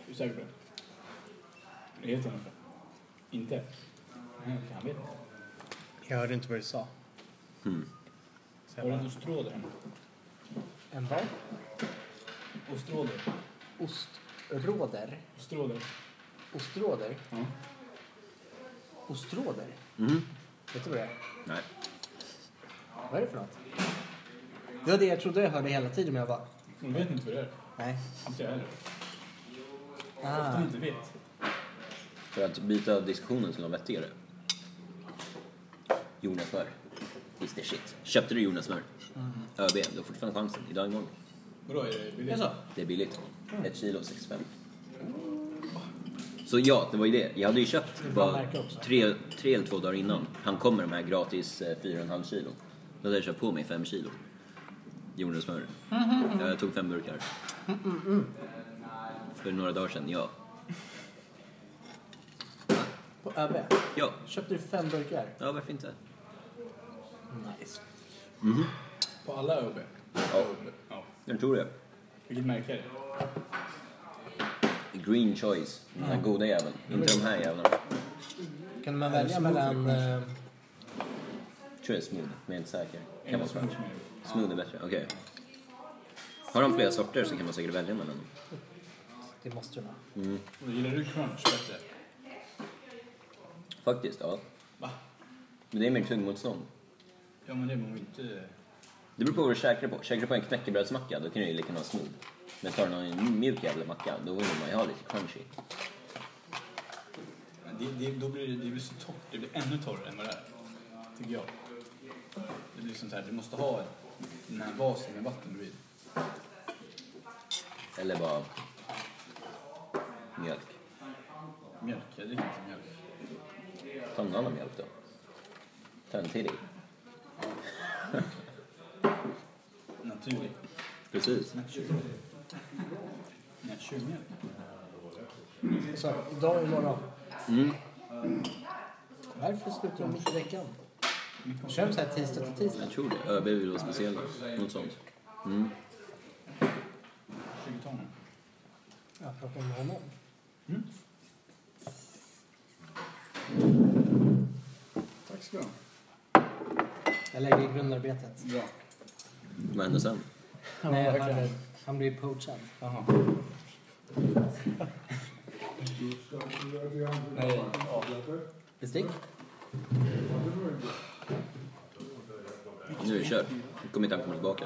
du säker på det? Det heter honom Inte? Nej, okej, han vet inte. Jag hörde inte vad du sa. Så Har jag du bara, någon strådor hemma? En vad? Ostrådor. Ostråder? Ostrådor. Ostråder? Ja. Ostråder? Mhm. Vet du vad det är? Nej. Vad är det för något? Det var det jag trodde jag hörde hela tiden, men jag bara... Hon vet inte vad det är. Nej. Inte jag heller. Ah. Hon inte vet. För att byta diskussionen till något vettigare. Jordnötssmör. Is the shit. Köpte du jordnötssmör? Mm. ÖB, du har fortfarande chansen. Idag imorgon. Vadå, är det billigt? Jaså? Det är billigt. Mm. Ett kilo 65. Så ja, det var ju det. Jag hade ju köpt bra bara märke också. tre, tre eller två dagar innan. Han kommer de här gratis eh, fyra och en halv kilo. Då hade jag köpt på mig fem kilo. Jordnötssmör. Mm-hmm. Ja, Jag tog fem burkar. För några dagar sedan, ja. På ÖB? Ja, Köpte du fem burkar? ja varför inte? Nice. På alla ÖB? Ja, Ja. jag tror det. Vilket märke är det? Green choice. Den här goda jäveln. Inte de här jävlarna. Kunde man välja mellan... eh, Tror jag är smooth, men jag är inte säker. Kan Eller vara crunch. smooth med det. Smooth är bättre, okej. Har de flera sorter så kan man säkert välja mellan dem. Det måste du ha. Och Gillar du crunch bättre? Faktiskt, ja. Va? Men det är mer tuggmotstånd. Ja, men det var inte... Det beror på vad du käkar på. Käkar du på en knäckebrödsmacka, då kan du ju lika gärna ha smooth. Men tar du någon mjuk jävla macka, då vill man ju ha lite crunchy. Men Det, det, då blir det, det blir så torrt. Det blir ännu torrare än vad det är. Tycker jag. Det blir som så här, du måste ha den här vasen med vatten bredvid. Eller bara mjölk. Mjölk. Jag dricker inte mjölk. Ta någon annan mjölk då. Ta en till i. Naturlig. Precis. Naturmjölk. Naturmjölk. Så, idag och imorgon. Mm. Varför slutar de mitt i veckan? Kör de så här tisdag till tisdag? Jag tror det. ÖB vill vara speciella. Något sånt. Mm. Tjugotalet. Jag pratar om honom. Tack ska du ha. Jag lägger grundarbetet. Bra. Vad händer sen? Nej, jag hörde. Han blir poachad. Jaha. Bestick? Nu är det kört. Nu kommer inte han komma tillbaka.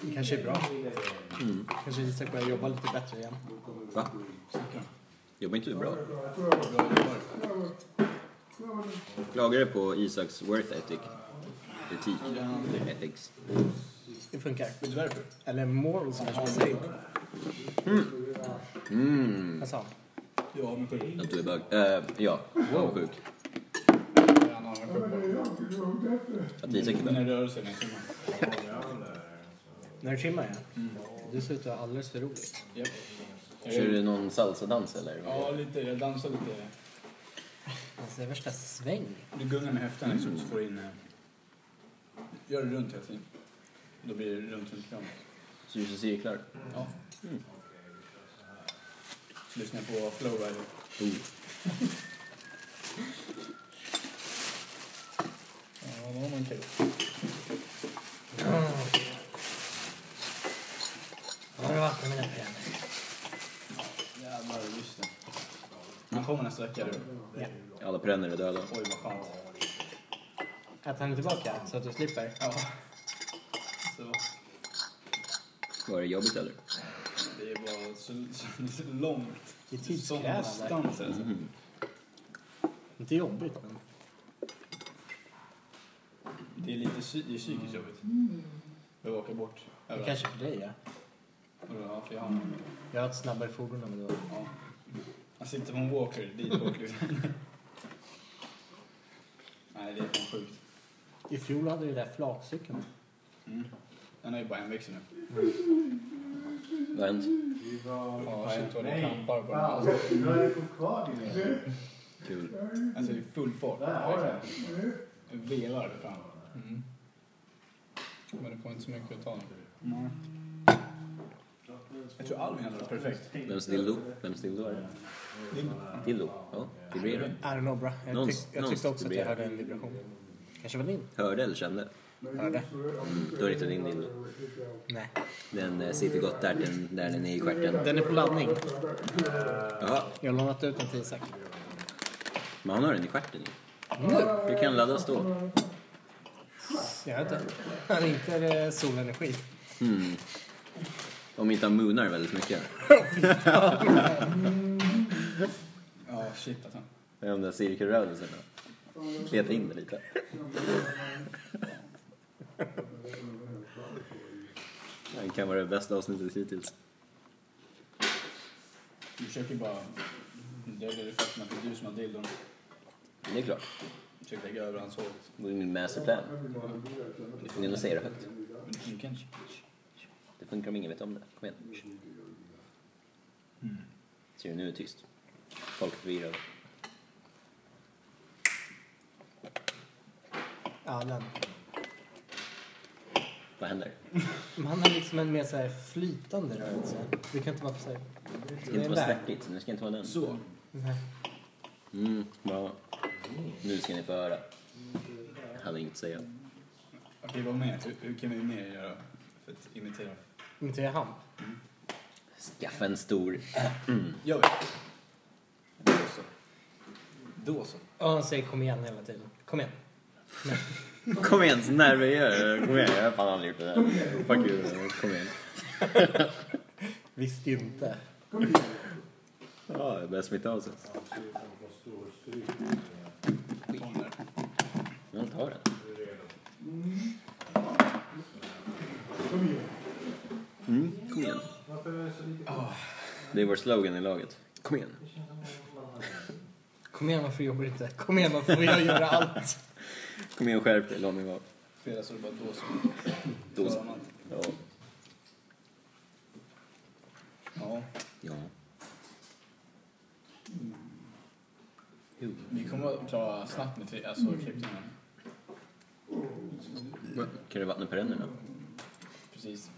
Det kanske är bra. Mm. Kanske Isak börjar jobba lite bättre igen. Va? Jobbar inte du bra? Klagade på Isaks worth ethic. Etik. Eller ethics. Det funkar. Vet du varför? Eller morals kanske man säger. Mm. Jag sa. Du är avundsjuk. Att du är bög. Eh, ja, avundsjuk. Han har en sjuk Att Isak är Den bög. här rörelsen liksom. är tummen. När du trimmar ja. Du ser ut att ha alldeles för roligt. Japp. Kör du någon salsadans eller? Ja, lite. Jag dansar lite. Alltså värsta sväng. Du gungar med höften liksom så får du in... eh, Gör det runt hela tiden. Då blir det runt, runt, runt. Så ljusa cirklar. Ja. Lyssna på Flowrider. Ja, det var man kul. Ja, det vattnar mina ben. Jävlar, just det. Han kommer nästa vecka du. Alla perenner är döda. Oj, vad skönt. Att han är tillbaka så att du slipper. Ja. Så, Var det jobbigt eller? det är bara så, så, så långt. Det är Sån tidskrävande. distans alltså. Mm. Inte jobbigt men. Det är lite psy- det är psykiskt jobbigt. Jag åker bort. Det är kanske för dig ja. Ja, för jag har någon. Jag har ett snabbare fordon än vad du har. Ja. Jag sitter på en Alltså, walker, dit åker liksom. Nej, det är fan sjukt. I fjol hade du den där flakcykeln. Mm. Den är ju bara en växel nu. Vad har hänt? Ja, shit vad det klampar på den. Alltså, Du har ju kvar din. Kul. alltså det är full fart. Där har du. Jag vevar det fram. Men det får inte så mycket att ta nu. Jag tror Alvin hade varit perfekt. Vems dildo? Vems dildo är det? Dildo? Ja, det blir det. I don't know bra. Jag, Någons- tyck- jag någons tyckte också att jag problem. hörde en vibration. Kanske var din? Hörde eller kände? Hörde? Då är det inte din dildo. Nej. Den eh, sitter gott där den, där den är i stjärten. Den är på laddning. Jaha, Jag har lånat ut den till Isak. men han har den i stjärten ju. Nu? Hur kan den laddas då? Jag vet inte. Han inte är det solenergi. Hmm. Om inte han moonar väldigt mycket. Ja, shit alltså. Med de där cirkelrörelserna. Kleta in det lite. Det kan vara det bästa avsnittet hittills. Du försöker bara dölja det faktum att det är du som har dildon. Det är klart. Försöker lägga över hans hår. liksom. Det är min masterplan. Det funkar att säga det högt. Men det funkar inte. Det funkar om ingen vet om det. Kom igen. Ser du, nu är det tyst. Folk är förvirrade. Ja, den. Vad händer? Men han har liksom en mer så här flytande rörelse. Du kan inte vara så här... Det ska inte vara svärtigt. Nu ska inte vara den. Så. Nej. Mm, bra. Nu ska ni få höra. Jag hade inget att säga. Okej, vad mer? Hur, hur kan vi mer göra för att imitera? Inte jag han. Skaffa en stor. Gör vi? Då så. Då så. Ja, han säger kom igen hela tiden. Kom igen. Kom igen, så nära vi gör. Kom igen, jag har fan aldrig gjort det där. Fuck you. Kom igen. Visst inte. Ja, det börjar smitta av sig. Ja, ta den. Mm, kom igen. Det är vår slogan i laget. Kom igen. Kom igen, varför jobbar du inte? Kom igen, varför får jag göra allt? Kom igen, skärp dig. Låt mig vara. Fredag så är det bara då så. Då så. Klarar man inte. Ja. ja. Ja. Vi kommer att klara snabbt med tre, alltså klippningarna. Kan du vattna perennerna? Precis.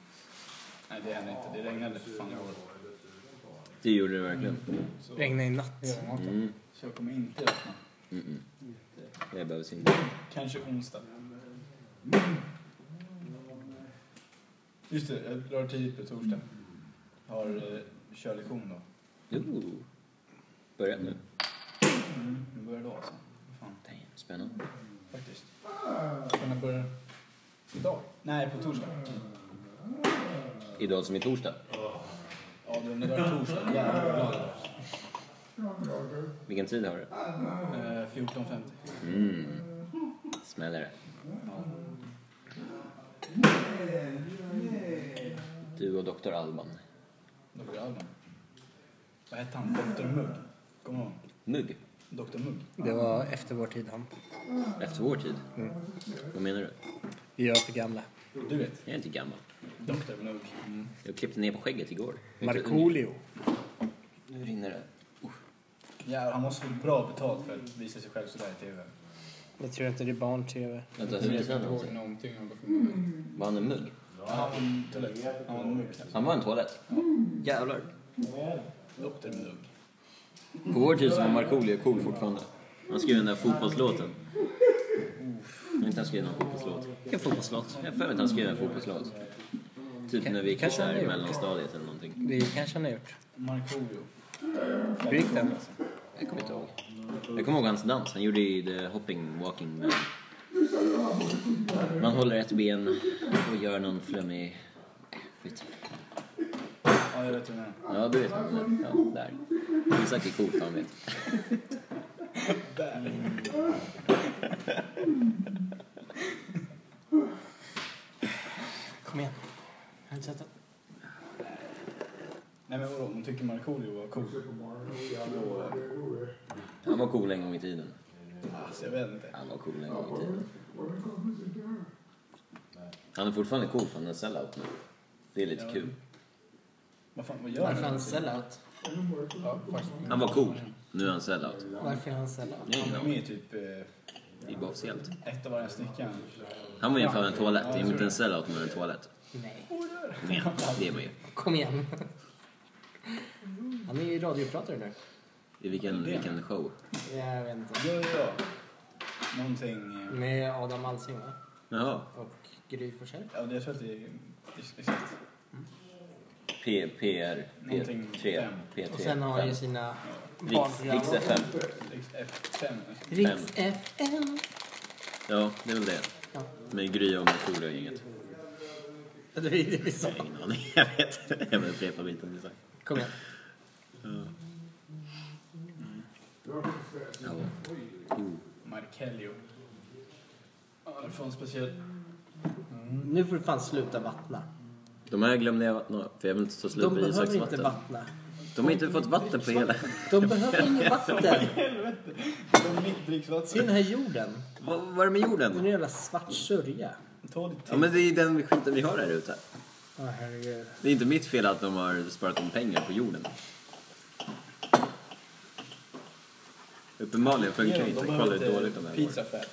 Nej, det händer inte. Det regnade för fan igår. Det gjorde det verkligen. Så, Regna i natt. Mm. så jag kommer inte öppna. Mm-mm. Det behövs inte. Kanske onsdag. Just det, jag drar tidigt på torsdag. Har eh, körlektion då. Ooh. Börja nu. Mm. Nu börjar då alltså. Vad Fan, Damn, spännande. faktiskt. Ska den börja idag? Nej, på torsdag. Idag som i torsdag. Ja, den drar torsdag. Jävlar. Vilken tid har du? Eh, 14.50. Mm. Smäller det. Du och doktor Alban. Då blir det Alban. Vad hette han? Dr Mugg. Kommer du ihåg? Mugg. Dr Mugg. Det var efter vår tid, han. Efter vår tid. Vad menar du? Vi är för gamla. Du vet, Jag är inte gammal. Dr Mugg. Jag klippte ner på skägget igår. Vet du- Markoolio. Nu rinner det. Usch. Jävlar, han måste få bra betalt för att visa sig själv sådär i TV. Jag tror inte det är barn-tv. Vänta, hur visade han ihåg någonting? någonting om dokumentet. Var han en mugg? Han var en toalett. Han var en mugg. Han var en toalett? Jävlar. Doktor Mugg. På vår tid så var Markoolio cool fortfarande. Han skrev den där fotbollslåten. Jag har inte han skrivit någon fotbollslåt. Vilken fotbollslåt? Jag har för mig att han skrev en fotbollslåt. Typ när vi gick Kanske så han här i gjort. mellanstadiet eller någonting. Det kanske han har gjort. Markoolio. Hur gick den? Jag kommer inte ihåg. Jag kommer ihåg hans dans. Han gjorde ju the hopping walking man. Man håller ett ben och gör någon flummig... Äh, skit. Ja, jag vet hur den är. Ja, du vet han. men- Ja, där. Isak är cool, fan vet. Mm. Kom igen. Jag har inte sett den. Nej men vadå, hon tycker Markoolio var cool. Han var cool en gång i tiden. Alltså jag vet inte. Han var cool en gång i tiden. Han är fortfarande cool för han är sellout nu. Det är lite Ja. kul. Vad fan, vad gör Varför är han? han sellout? Ja, faktiskt. Han var cool. Nu är han sellout. Varför är han sellout? Jag har Han ingen är aning. med i typ eh, Det är bara officiellt. ett av varje snickaren. Han var ju fan en toalett. Det är inte en sellout men en toalett. Nej. Ja, det är man ju. Kom igen. Han är ju radiopratare nu. I vilken, vilken show. Jag vet inte. Ja, ja, ja. Någonting... eh, Med Adam Alsing va? Jaha. Och Gry Forssell. Ja, det jag tror att det är... Exakt. P, PR, Någonting P3, fem. P3. Och sen har han ju fem. sina Riks, barnprogram. Riks FM. Ex- F5. Riks FM. Ja, det är väl det. Ja. Med Gry och Markoolio och gänget. Det är det vi sa. Jag har ingen aning. Jag vet. Jag vill upprepa biten. Isak. Kom igen. Ja. Jo. Markellio. Ja, det får en speciell... Nu får du fan sluta vattna. De här glömde jag vattna för jag vill inte ta slut De på Isaks behöver inte vatten. vattna. De har inte fått vatten på hela... De behöver inget vatten. De Se mitt dricksvatten. den här jorden. Vad vad är det med Det är en jorden? jävla svart sörja. Ta ditt Ja, men det är den skiten vi har här ute. Åh herregud. Det är inte mitt fel att de har sparat om pengar på jorden. Uppenbarligen funkar ju inte kolla hur dåligt de här åren. pizza fat.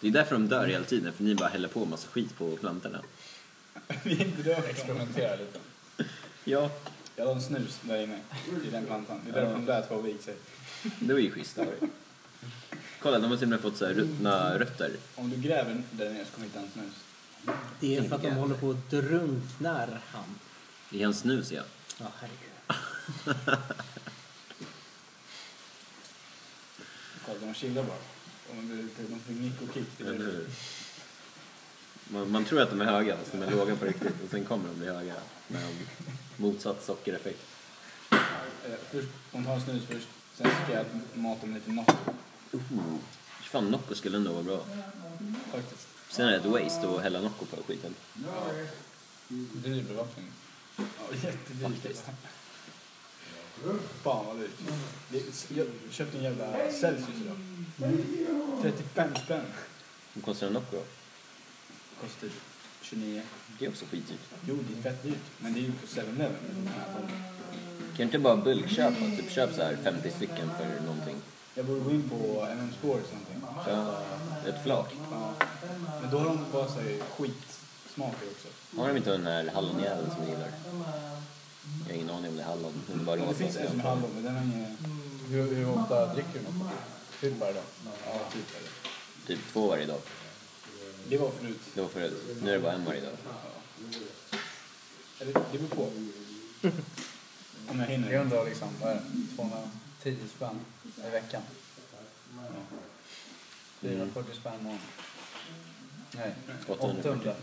Det är därför de dör hela tiden, för ni bara häller på massa skit på plantorna. Vi är inte döda. Experimentera lite. Ja. Jag la en snus där inne i den plantan. Det är därför de lät vara vik sig. Det var ju schysst av er. Kolla, de har till och med fått så här ruttna rötter. Om du gräver där nere så kommer du hitta en snus. Det är för att de håller på att drunknar han. I hans snus, ja. Ja, herregud. Kolla, de chillar bara. De blir lite- de fick nick och kick. Det Eller är hur? Man, man tror att de är höga, fast de är låga på riktigt. Och sen kommer de bli höga. Med motsatt sockereffekt. Eh, Först, hon tar en snus först. Sen ska jag mata dem lite Nocco. Oh. Fan, Nocco skulle ändå vara bra. Faktiskt. Sen är det ett waste att hälla Nocco på skiten. Dyr bevattning. Ja, jättedyrt. Faktiskt. Fan vad dyrt. Mm. Det- Jag köpte en jävla Celsius idag. 35 spänn. Vad kostar en Nocco då? Kostar 29. Det är också skitdyrt. Jo, det är fett dyrt. Men det är ju på 7-Eleven. Kan du inte bara bulkköpa? Typ köp så här 50 stycken för någonting. Jag borde gå in på MM Sports eller någonting. Ja, ett flak. Ja. Men då har de bara så här skitsmaker också. Har de inte den här hallonjäveln som ni gillar? Jag har ingen aning om det är hallon. Det är bara Ja, det finns en som är rosa. hallon, men den har ingen... Hur, hur ofta dricker du något? Typ varje dag? Ja, typ. Typ två varje dag. Det var förut. Det var förut. Nu är det bara en varje dag. Eller, det beror på. Om jag hinner. Jag undrar liksom, vad är det? 210 spänn i veckan. Ja. 440 spänn i månaden. Nej, 840. 800.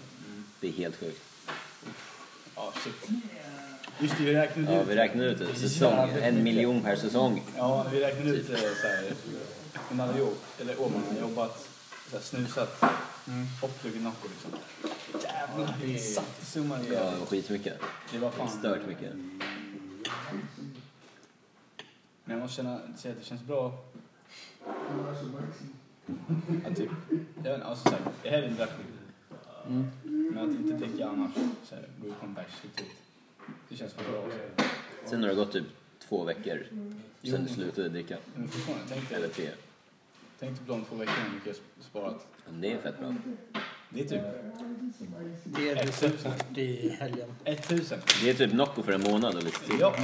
Det är helt sjukt. Ja, shit. Just det, vi räknade Ja, ut. vi räknar ut det. Säsong. En miljon per säsong. Ja, vi räknade ut eh, så här. Hon hade jobbat, eller om hon hade jobbat, så här, snusat och druckit Nocco liksom. Mm. Jävlar, det satt i summan i Ja, skitmycket. Det var fan... Stört mycket. Men jag måste känna, säga att det känns bra. Att typ, jag vet inte, alltså såhär, i helgen drack vi. Men att inte dricka annars, såhär, gå ut på en bärs, typ. Det känns fan bra också. Sen har det gått typ två veckor Jo, sen men- du slutade dricka. Men fortfarande, tänk dig, Eller tre. tänk dig på de två veckorna hur mycket jag sparat. Men det är fett bra. Det är typ Det är du fått i helgen. 1000. Det är typ Nocco för en månad och lite till. Ja.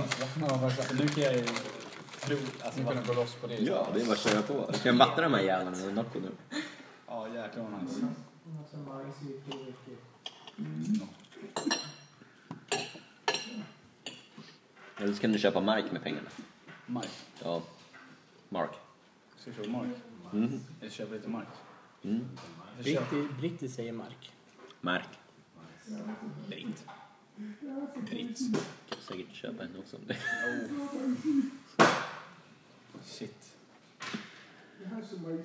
Nu kan jag ju tro... Alltså, Skulle kunna vad... gå loss på det Ja, det är bara att köra på. Du kan vattna de här jävlarna med Nocco nu. Ja, jäklar vad nice. Eller så kan du köpa mark med pengarna. Mark. Ja. Mark. Ska vi köpa mark? Mm. Jag köper lite mark. Mm. Jag köper- Britti, Britti säger Mark. Mark. Britt. Britt. Kan säkert köpa en också om det. Shit.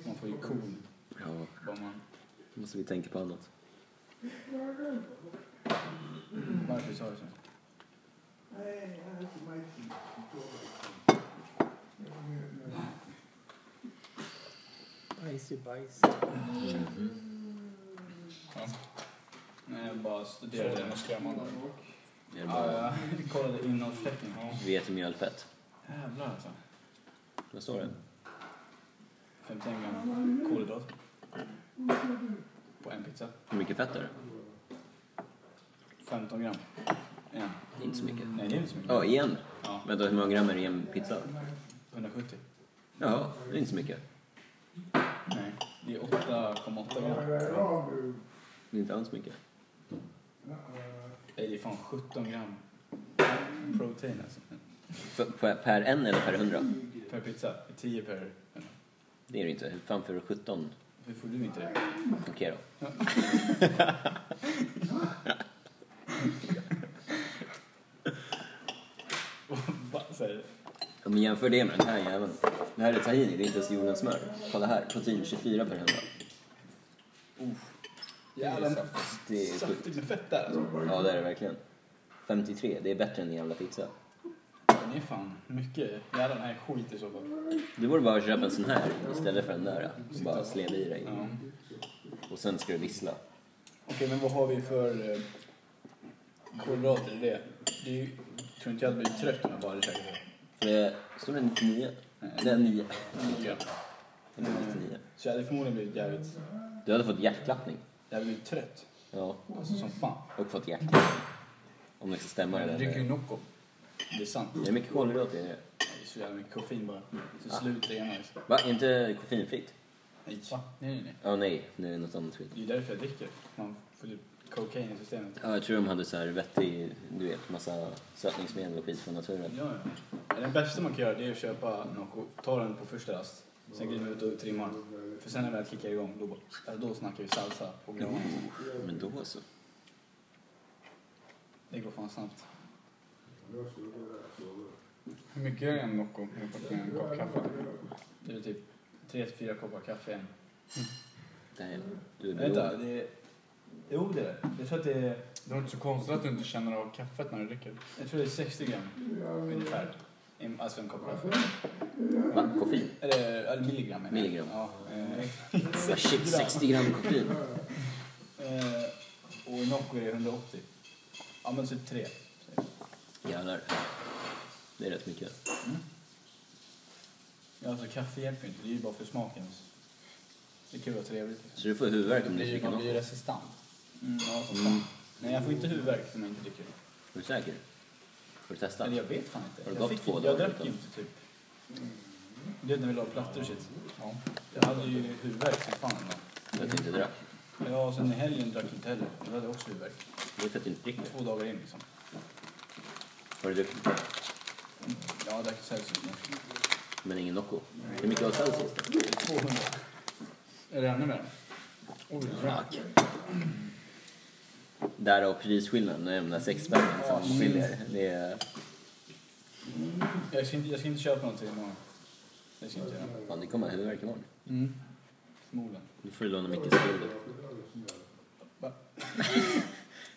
Man får ju cool Ja, vad man... då måste vi tänka på annat. Varför sa du så? Bajs i bajs. Nej, jag bara studerade den och skrämmande. Är det Ja, bara jag kollade innehållsförteckningen. vetemjölfett? Jävlar alltså. Vad står det? 51 gram kolhydrater. På en pizza. Hur mycket fett är det? 15 gram. En. Det är Inte så mycket. Nej, det är inte så mycket. Ja, igen. Ja. Vänta, hur många gram är det i en pizza? 170. Ja, det är inte så mycket. Nej, det är 8,8 gram. Det är inte alls mycket. Nej, det är fan 17 gram protein alltså. För, per, per en eller per hundra? Per pizza. Det är 10 per... Det är det inte. Fan för 17. Hur får du inte det? Okej då. Va? Så här, Ja, men jämför det med den här jäveln. Det här är tahini, det är inte ens jordnötssmör. Kolla här, protein 24 per hundra. Jävlar vad Det är sjukt. saftigt med fett där alltså. Ja, det är det verkligen. 53, det är bättre än en jävla pizza. Det är fan mycket. Jävlar, den här är skit i så fall. Du borde bara köpa en sån här istället för den där. Och bara sleva i dig. Ja. Och sen ska du vissla. Okej, men vad har vi för eh, kolhydrater i det? det är ju, tror inte jag hade blivit trött om jag bara hade käkat det. För det står det 99? Det är 9. Mm. Ja. Det är 99. Så jag hade förmodligen blivit jävligt... Du hade fått hjärtklappning. Jag hade blivit trött. Ja, Alltså som fan. och fått hjärtklappning. Om det ska stämma det Jag där. dricker ju med- Nocco. Det är sant. Det är mycket kolhydrater i det. Det är så jävla mycket koffein bara. Så Ah. sluta gärna. liksom. Va, är inte koffeinfritt? Nej. Nej, nej, nej. Ja, nej. Nu är det något annat skit. Det är därför jag dricker. Man får typ kokain i systemet. Ja, jag tror de hade så här vettig, du vet, massa sötningsmedel och skit från naturen. Ja, ja. Det bästa man kan göra det är att köpa Nocco, ta den på första rast. Sen går man ut och trimmar. För sen när väl kickar igång, då, bara- ja, då snackar vi salsa på granen. Men då så. Det går fan snabbt. Hur mycket är en Nocco jämfört med en kopp kaffe? Det är typ tre till fyra koppar kaffe igen. Det här, du är Vänta, biolog. det är... Jo, det är det. Jag tror att det är... Det var inte så konstigt att du inte känner av kaffet när du dricker. Jag tror det är 60 gram ungefär. En- Alltså en kopp kaffe. Va? Koffein? Eller, eller milligram menar jag. Milligram. Ja. eh, Va, shit, 60 gram koffein. eh, Och Nocco är 180. Ja, men typ tre. Jävlar. Det är rätt mycket. Ja, alltså kaffe hjälper ju inte. Det är ju bara för smaken. Det kan ju vara trevligt. Så du får huvudvärk om Man du blir, dricker man blir något. resistent. Mm, ja, som fan. Nej, jag får inte huvudvärk om jag inte dricker. Är du säker? Har du testat? Eller jag vet fan inte. Har det jag gått ju- två jag dagar drack utan? ju inte typ. Du vet när vi la plattor och shit. Ja. Jag hade ju huvudvärk som fan. Då. För att du inte drack? Ja, och sen i helgen drack jag inte heller. Då hade jag också huvudvärk. Det är för att du inte dricker. Två dagar in liksom. Har du druckit kaffe? Mm. Ja, jag drack Celsius nu. Men ingen Nocco? Hur mycket har Celsius då? 200. Är det ännu mer? Fuck. Därav prisskillnaden, de jämna sex spännen som skiljer. Det är... Jag ska inte, jag ska inte köpa någonting imorgon. Det ska jag inte göra. Fan, det kommer ha huvudvärk imorgon. Mm. Förmodligen. Nu får du låna Mickes bil. Va?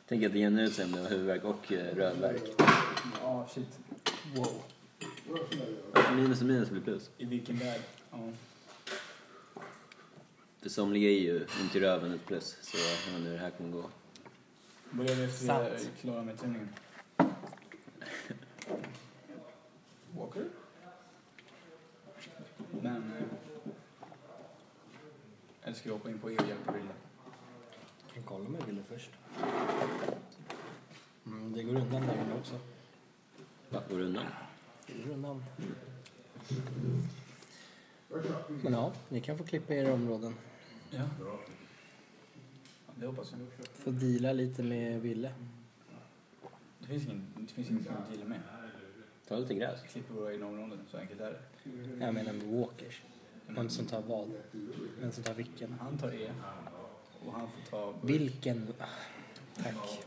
Tänk att Jenny ut sig med huvudvärk och eh, rödvärk. Ja, shit. Wow. Alltså, minus och minus blir plus. I vilken värld? Ja. För somliga är ju ont i röven ett plus, så jag undrar hur det här kommer gå. Börjar vi efter Sant. jag klarar mig tävlingen. Wow. Åker du? Men... eh, Eller ska vi hoppa in på EU-hjälp och bilda? Kan kolla med Wille först. Mm, det går undan där inne också. Va, Går du undan? Det går undan. Men ja, ni kan få klippa era områden. Ja. Ja, Det hoppas jag. Få deala lite med Wille. Det finns ingen, det finns ingen som gillar mig. Ta lite gräs. Klipper våra egna områden, så enkelt är det. Jag menar med Walkers. Vem som tar vad. Vem som tar vilken. Han tar E. Och han får ta... Vilken? Ah, Tack.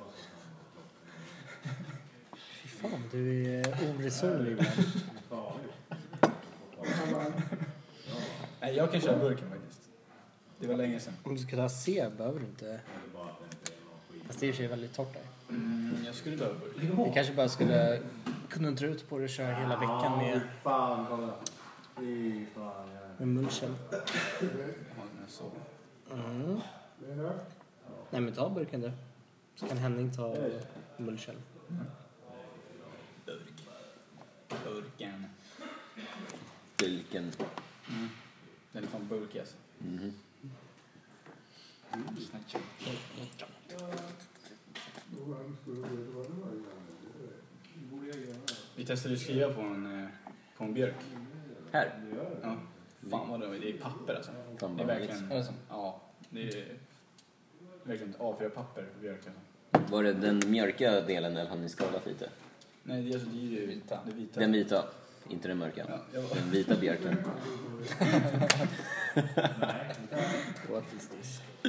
Fy fan, du är oresonlig ibland. Nej, jag kan köra burken faktiskt. Det var länge sedan. Om du ska ta C behöver du inte... Fast det är i och för sig väldigt torrt där. Mm, jag skulle behöva burken. Vi kanske bara skulle kunna dra ut på det och köra hela veckan med, Fan, kolla. Fy fan. med mulchen. Ja, men så. Mm. Nej men ta burken du. Så kan Henning ta mulchen. Burk. Burken. Vilken... Den är fan burkig alltså. Mm. Snacka. Vi testade att skriva på en, eh, på en björk. Här. Ja. Fan vad det är. Det är papper alltså. Fan, Det är vad verkligen... nice. Är det så? Ja. Det är verkligen ett A4-papper på björk alltså. Var det den mjölka delen eller har ni skalat lite? Nej, det är, alltså, det är ju vita. det vita. Den vita, inte den mörka. Ja, jag var... Den vita björken.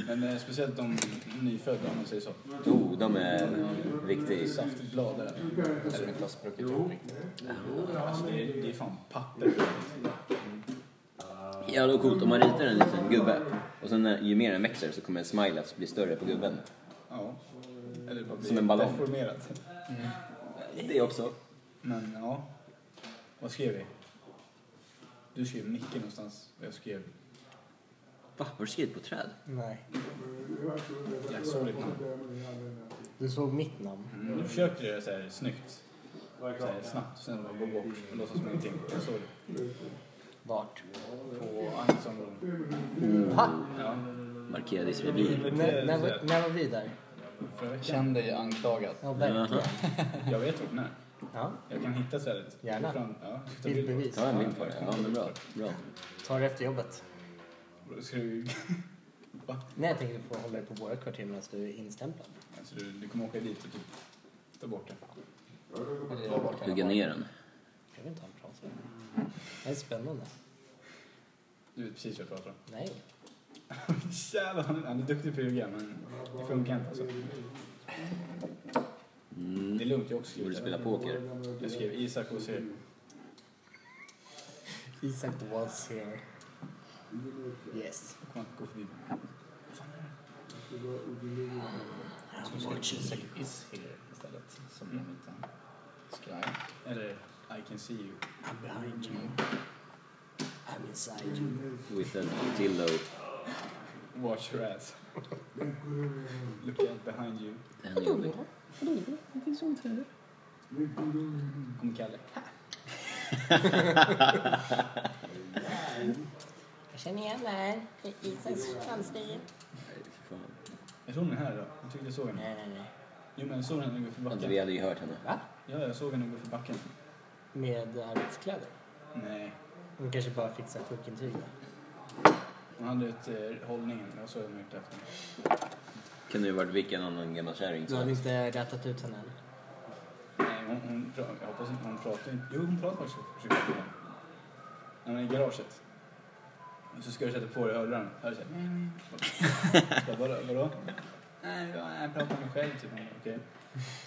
Men eh, speciellt de nyfödda om man säger så. Oh, de är riktigt... Saftigt blad där. Eller en glassbruket riktigt. Alltså, det, är, det är fan papper. Jävla coolt, om man ritar en liten gubbe och sen när, ju mer den växer så kommer smilet bli större på gubben. Ja. Eller bara bli Som en ballong. deformerat. Det också. Men ja. Vad skrev vi? Du skrev Micke någonstans och jag skrev Va, har du skrivit på träd? Nej. Jack Solid Mm. namn. Du såg mitt namn. Mm. Du försökte göra så här snyggt. Så här snabbt. Sen bara gå bort och låtsas som ingenting. Jag såg det. Vart? På Agnes område. Ha! Ja. Markera ditt revir. När, när, var- när var vi där? Förra veckan. Känn dig anklagad. Ja, verkligen. Jag vet vart den är. Ja. Jag kan hitta stället. Gärna. Fram, ja, hitta bild på det. Bildbevis. Ta en bild på det. Ja, men bra. bra. Ta det efter jobbet. Ska du... Nej, jag tänkte få hålla dig på våra kvarter medan du är instämplad. Alltså, du, du kommer åka dit och typ ta bort den. Hugga ner den. Jag vill inte ha en prat. Det är spännande. Du vet precis vad jag pratar om. Nej. Jävlar, han är, han är duktig på att ljuga men det funkar inte alltså. Mm. Det är lugnt, jag också Borde skriver. spela poker. Jag skrev Isak och ser. Isak was here. Yes. Kom, gå förbi. I'm watching. Is here istället. Som mm. inte Sky. Eller I can see you. I'm behind you. I'm inside you. With a dildo. Watch your ass. Look out behind you. Den är jobbig. Kom Kalle. Jag känner igen det här. Det är Isaks handstil. Nej, för fan. Jag tror hon är här då. Jag tyckte jag såg henne. Nej, nej, nej. Jo men jag såg henne gå för Vänta, backen. Vi hade ju hört henne. Va? Ja, jag såg henne gå för backen. Med arbetskläder. Nej. Hon kanske bara fixar sjukintyg. Hon hade ett eh, hållningen. Jag såg henne ute efter henne. Kunde ju varit vilken annan gammal kärring Du som hade helst. inte rätat ut henne än. Nej, hon, hon, pra- jag hoppas inte hon pratar. inte- Jo, hon pratar faktiskt. försöker jag säga. När man är i garaget. Och så ska du sätta på dig hörlurarna. Hör såhär. Jag bara, vadå? Nej, jag jag pratar med mig själv typ. Hon bara, Okej.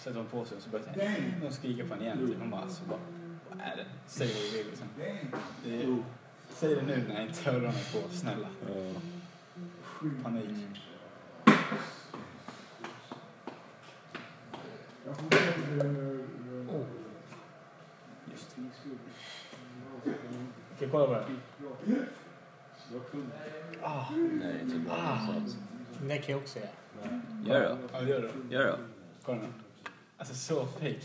Sätter hon på sig och så börjar jag säga, de skriker på en igen. Typ. Hon bara, alltså bara, vad är det? Säg vad du vill liksom. Det är, säg det nu när inte öronen är på, snälla. Panik. Mm. Just det. Okej, kolla på det här. Nej, det är inte bra. någonstans. Ah, Det kan jag också göra. Gör då. Ja, gör det. Gör då. Kolla nu. Alltså så fake.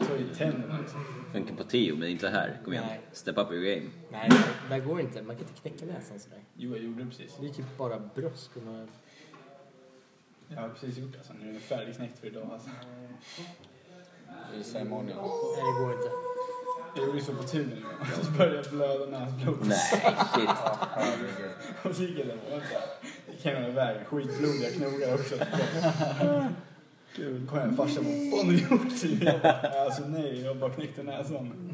Så i tänderna liksom. Funkar på tio, men inte här. Kom igen. Nej. Step up your game. Nej, det där går inte. Man kan inte knäcka näsan sådär. Jo, jag gjorde det precis. Det är typ bara brosk och några... Jag har precis gjort det. Alltså. Nu är det färdigknäckt för idag. Alltså. Visa imorgon. Nej, det går inte. Jag gjorde så på tuben. Och så började jag blöda näsblod. Nej, shit. Och så gick jag där. och vänta. Gick hem hela vägen. Skitblodiga knogar också. Kul. Kom hem farsan bara, vad fan har du gjort? till mig?" Jag bara, alltså nej, jag bara knäckte näsan.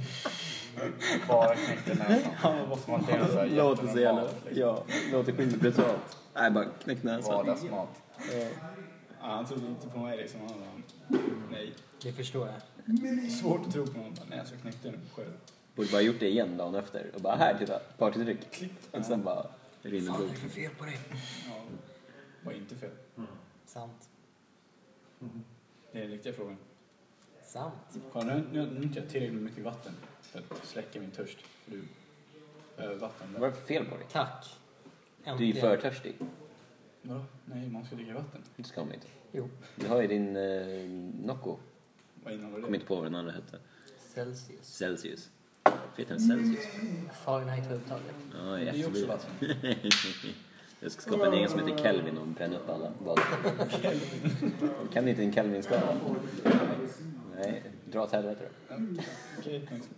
Bara knäckte näsan. Han var bara, Som att det är en sån här jättenormalt, liksom. Ja, låter skitbrutalt. Nej, bara knäck näsan. Vardagsmat. Ja, han trodde inte på mig liksom. Han bara, nej. Det förstår jag. Svårt att tro på någon. Bara, nej, så knäckte den själv. Borde bara gjort det igen dagen efter. Och bara, här titta, partytryck. Och sen bara rinner Fan, det blod. är för fel på dig. Ja, var inte fel. Sant. Det är den riktiga frågan. Sant. Kolla, nu, nu, nu har inte jag tillräckligt mycket vatten för att släcka min törst. För du behöver vatten. Vad är det för fel på dig? Tack. Du är Äntligen. ju förtörstig. Vadå? Nej, man ska dricka vatten. Det ska man inte. Jo. Du har ju din eh, Nocco. Vad innehåller det? Kommer inte på vad den andra hette. Celsius. Celsius. Vet den Celsius? Fahrenheit var upptaget. Ja, i Det är också eftermiddag. vatten. Jag ska skapa en egen som heter Kelvin och bränna upp alla bad. Kan du inte en Kelvin-skala? Nej, dra åt helvete då. Okej, thanks.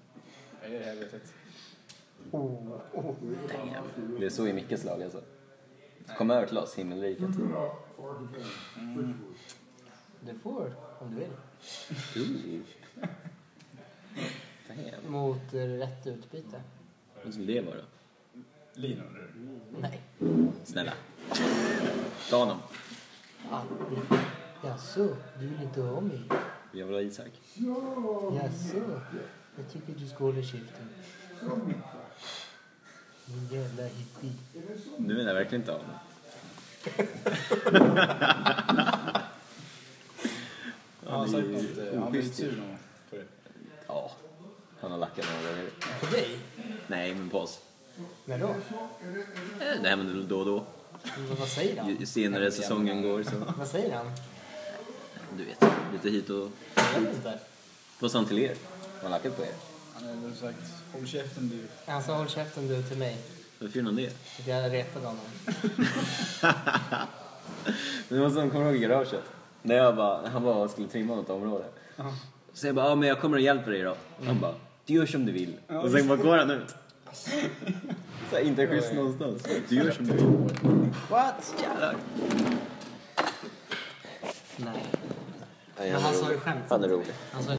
Jag är i helvetet. Oh, oh. Det är så i Mickes lag alltså. Kom över till oss, himmelriket. Du får, om du vill. Mm. Ooh. Damn. Mot eh, rätt utbyte. Vad skulle det vara? Lina undrar du? Nej. Snälla. Ta honom. Aldrig. Jaså, du vill inte ha mig? Jag vill ha Isak. Jaså? Jag tycker du ska hålla käften. Din jävla hippie. Nu menar jag verkligen inte honom. Ja, han har sagt något. det är eh, Han blir oschysst. sur någon gång på det. Ja, han har lackat några gånger. På dig? Nej, men på oss. När då? Eh, Det händer väl då och då. Men Vad säger han? Ju ju senare säsongen går så, Vad säger han? du vet, lite hit och... Jag vet inte. Vad sa han till er? Har han lackat på er? Han har väl sagt håll käften du. Han sa håll käften du till mig. Varför gjorde han det? För att jag retade honom. Men det var som, kommer du ihåg i garaget? När jag bara, när han bara skulle trimma något område. Så jag bara, ja men jag kommer och hjälper dig då. Han bara, du gör som du vill. Och sen bara går han ut. Så här, inte schysst någonstans. Du gör som du vill. What? Jävlar. Nej. Alltså, Men han sa ju skämt. Han är rolig. Han sa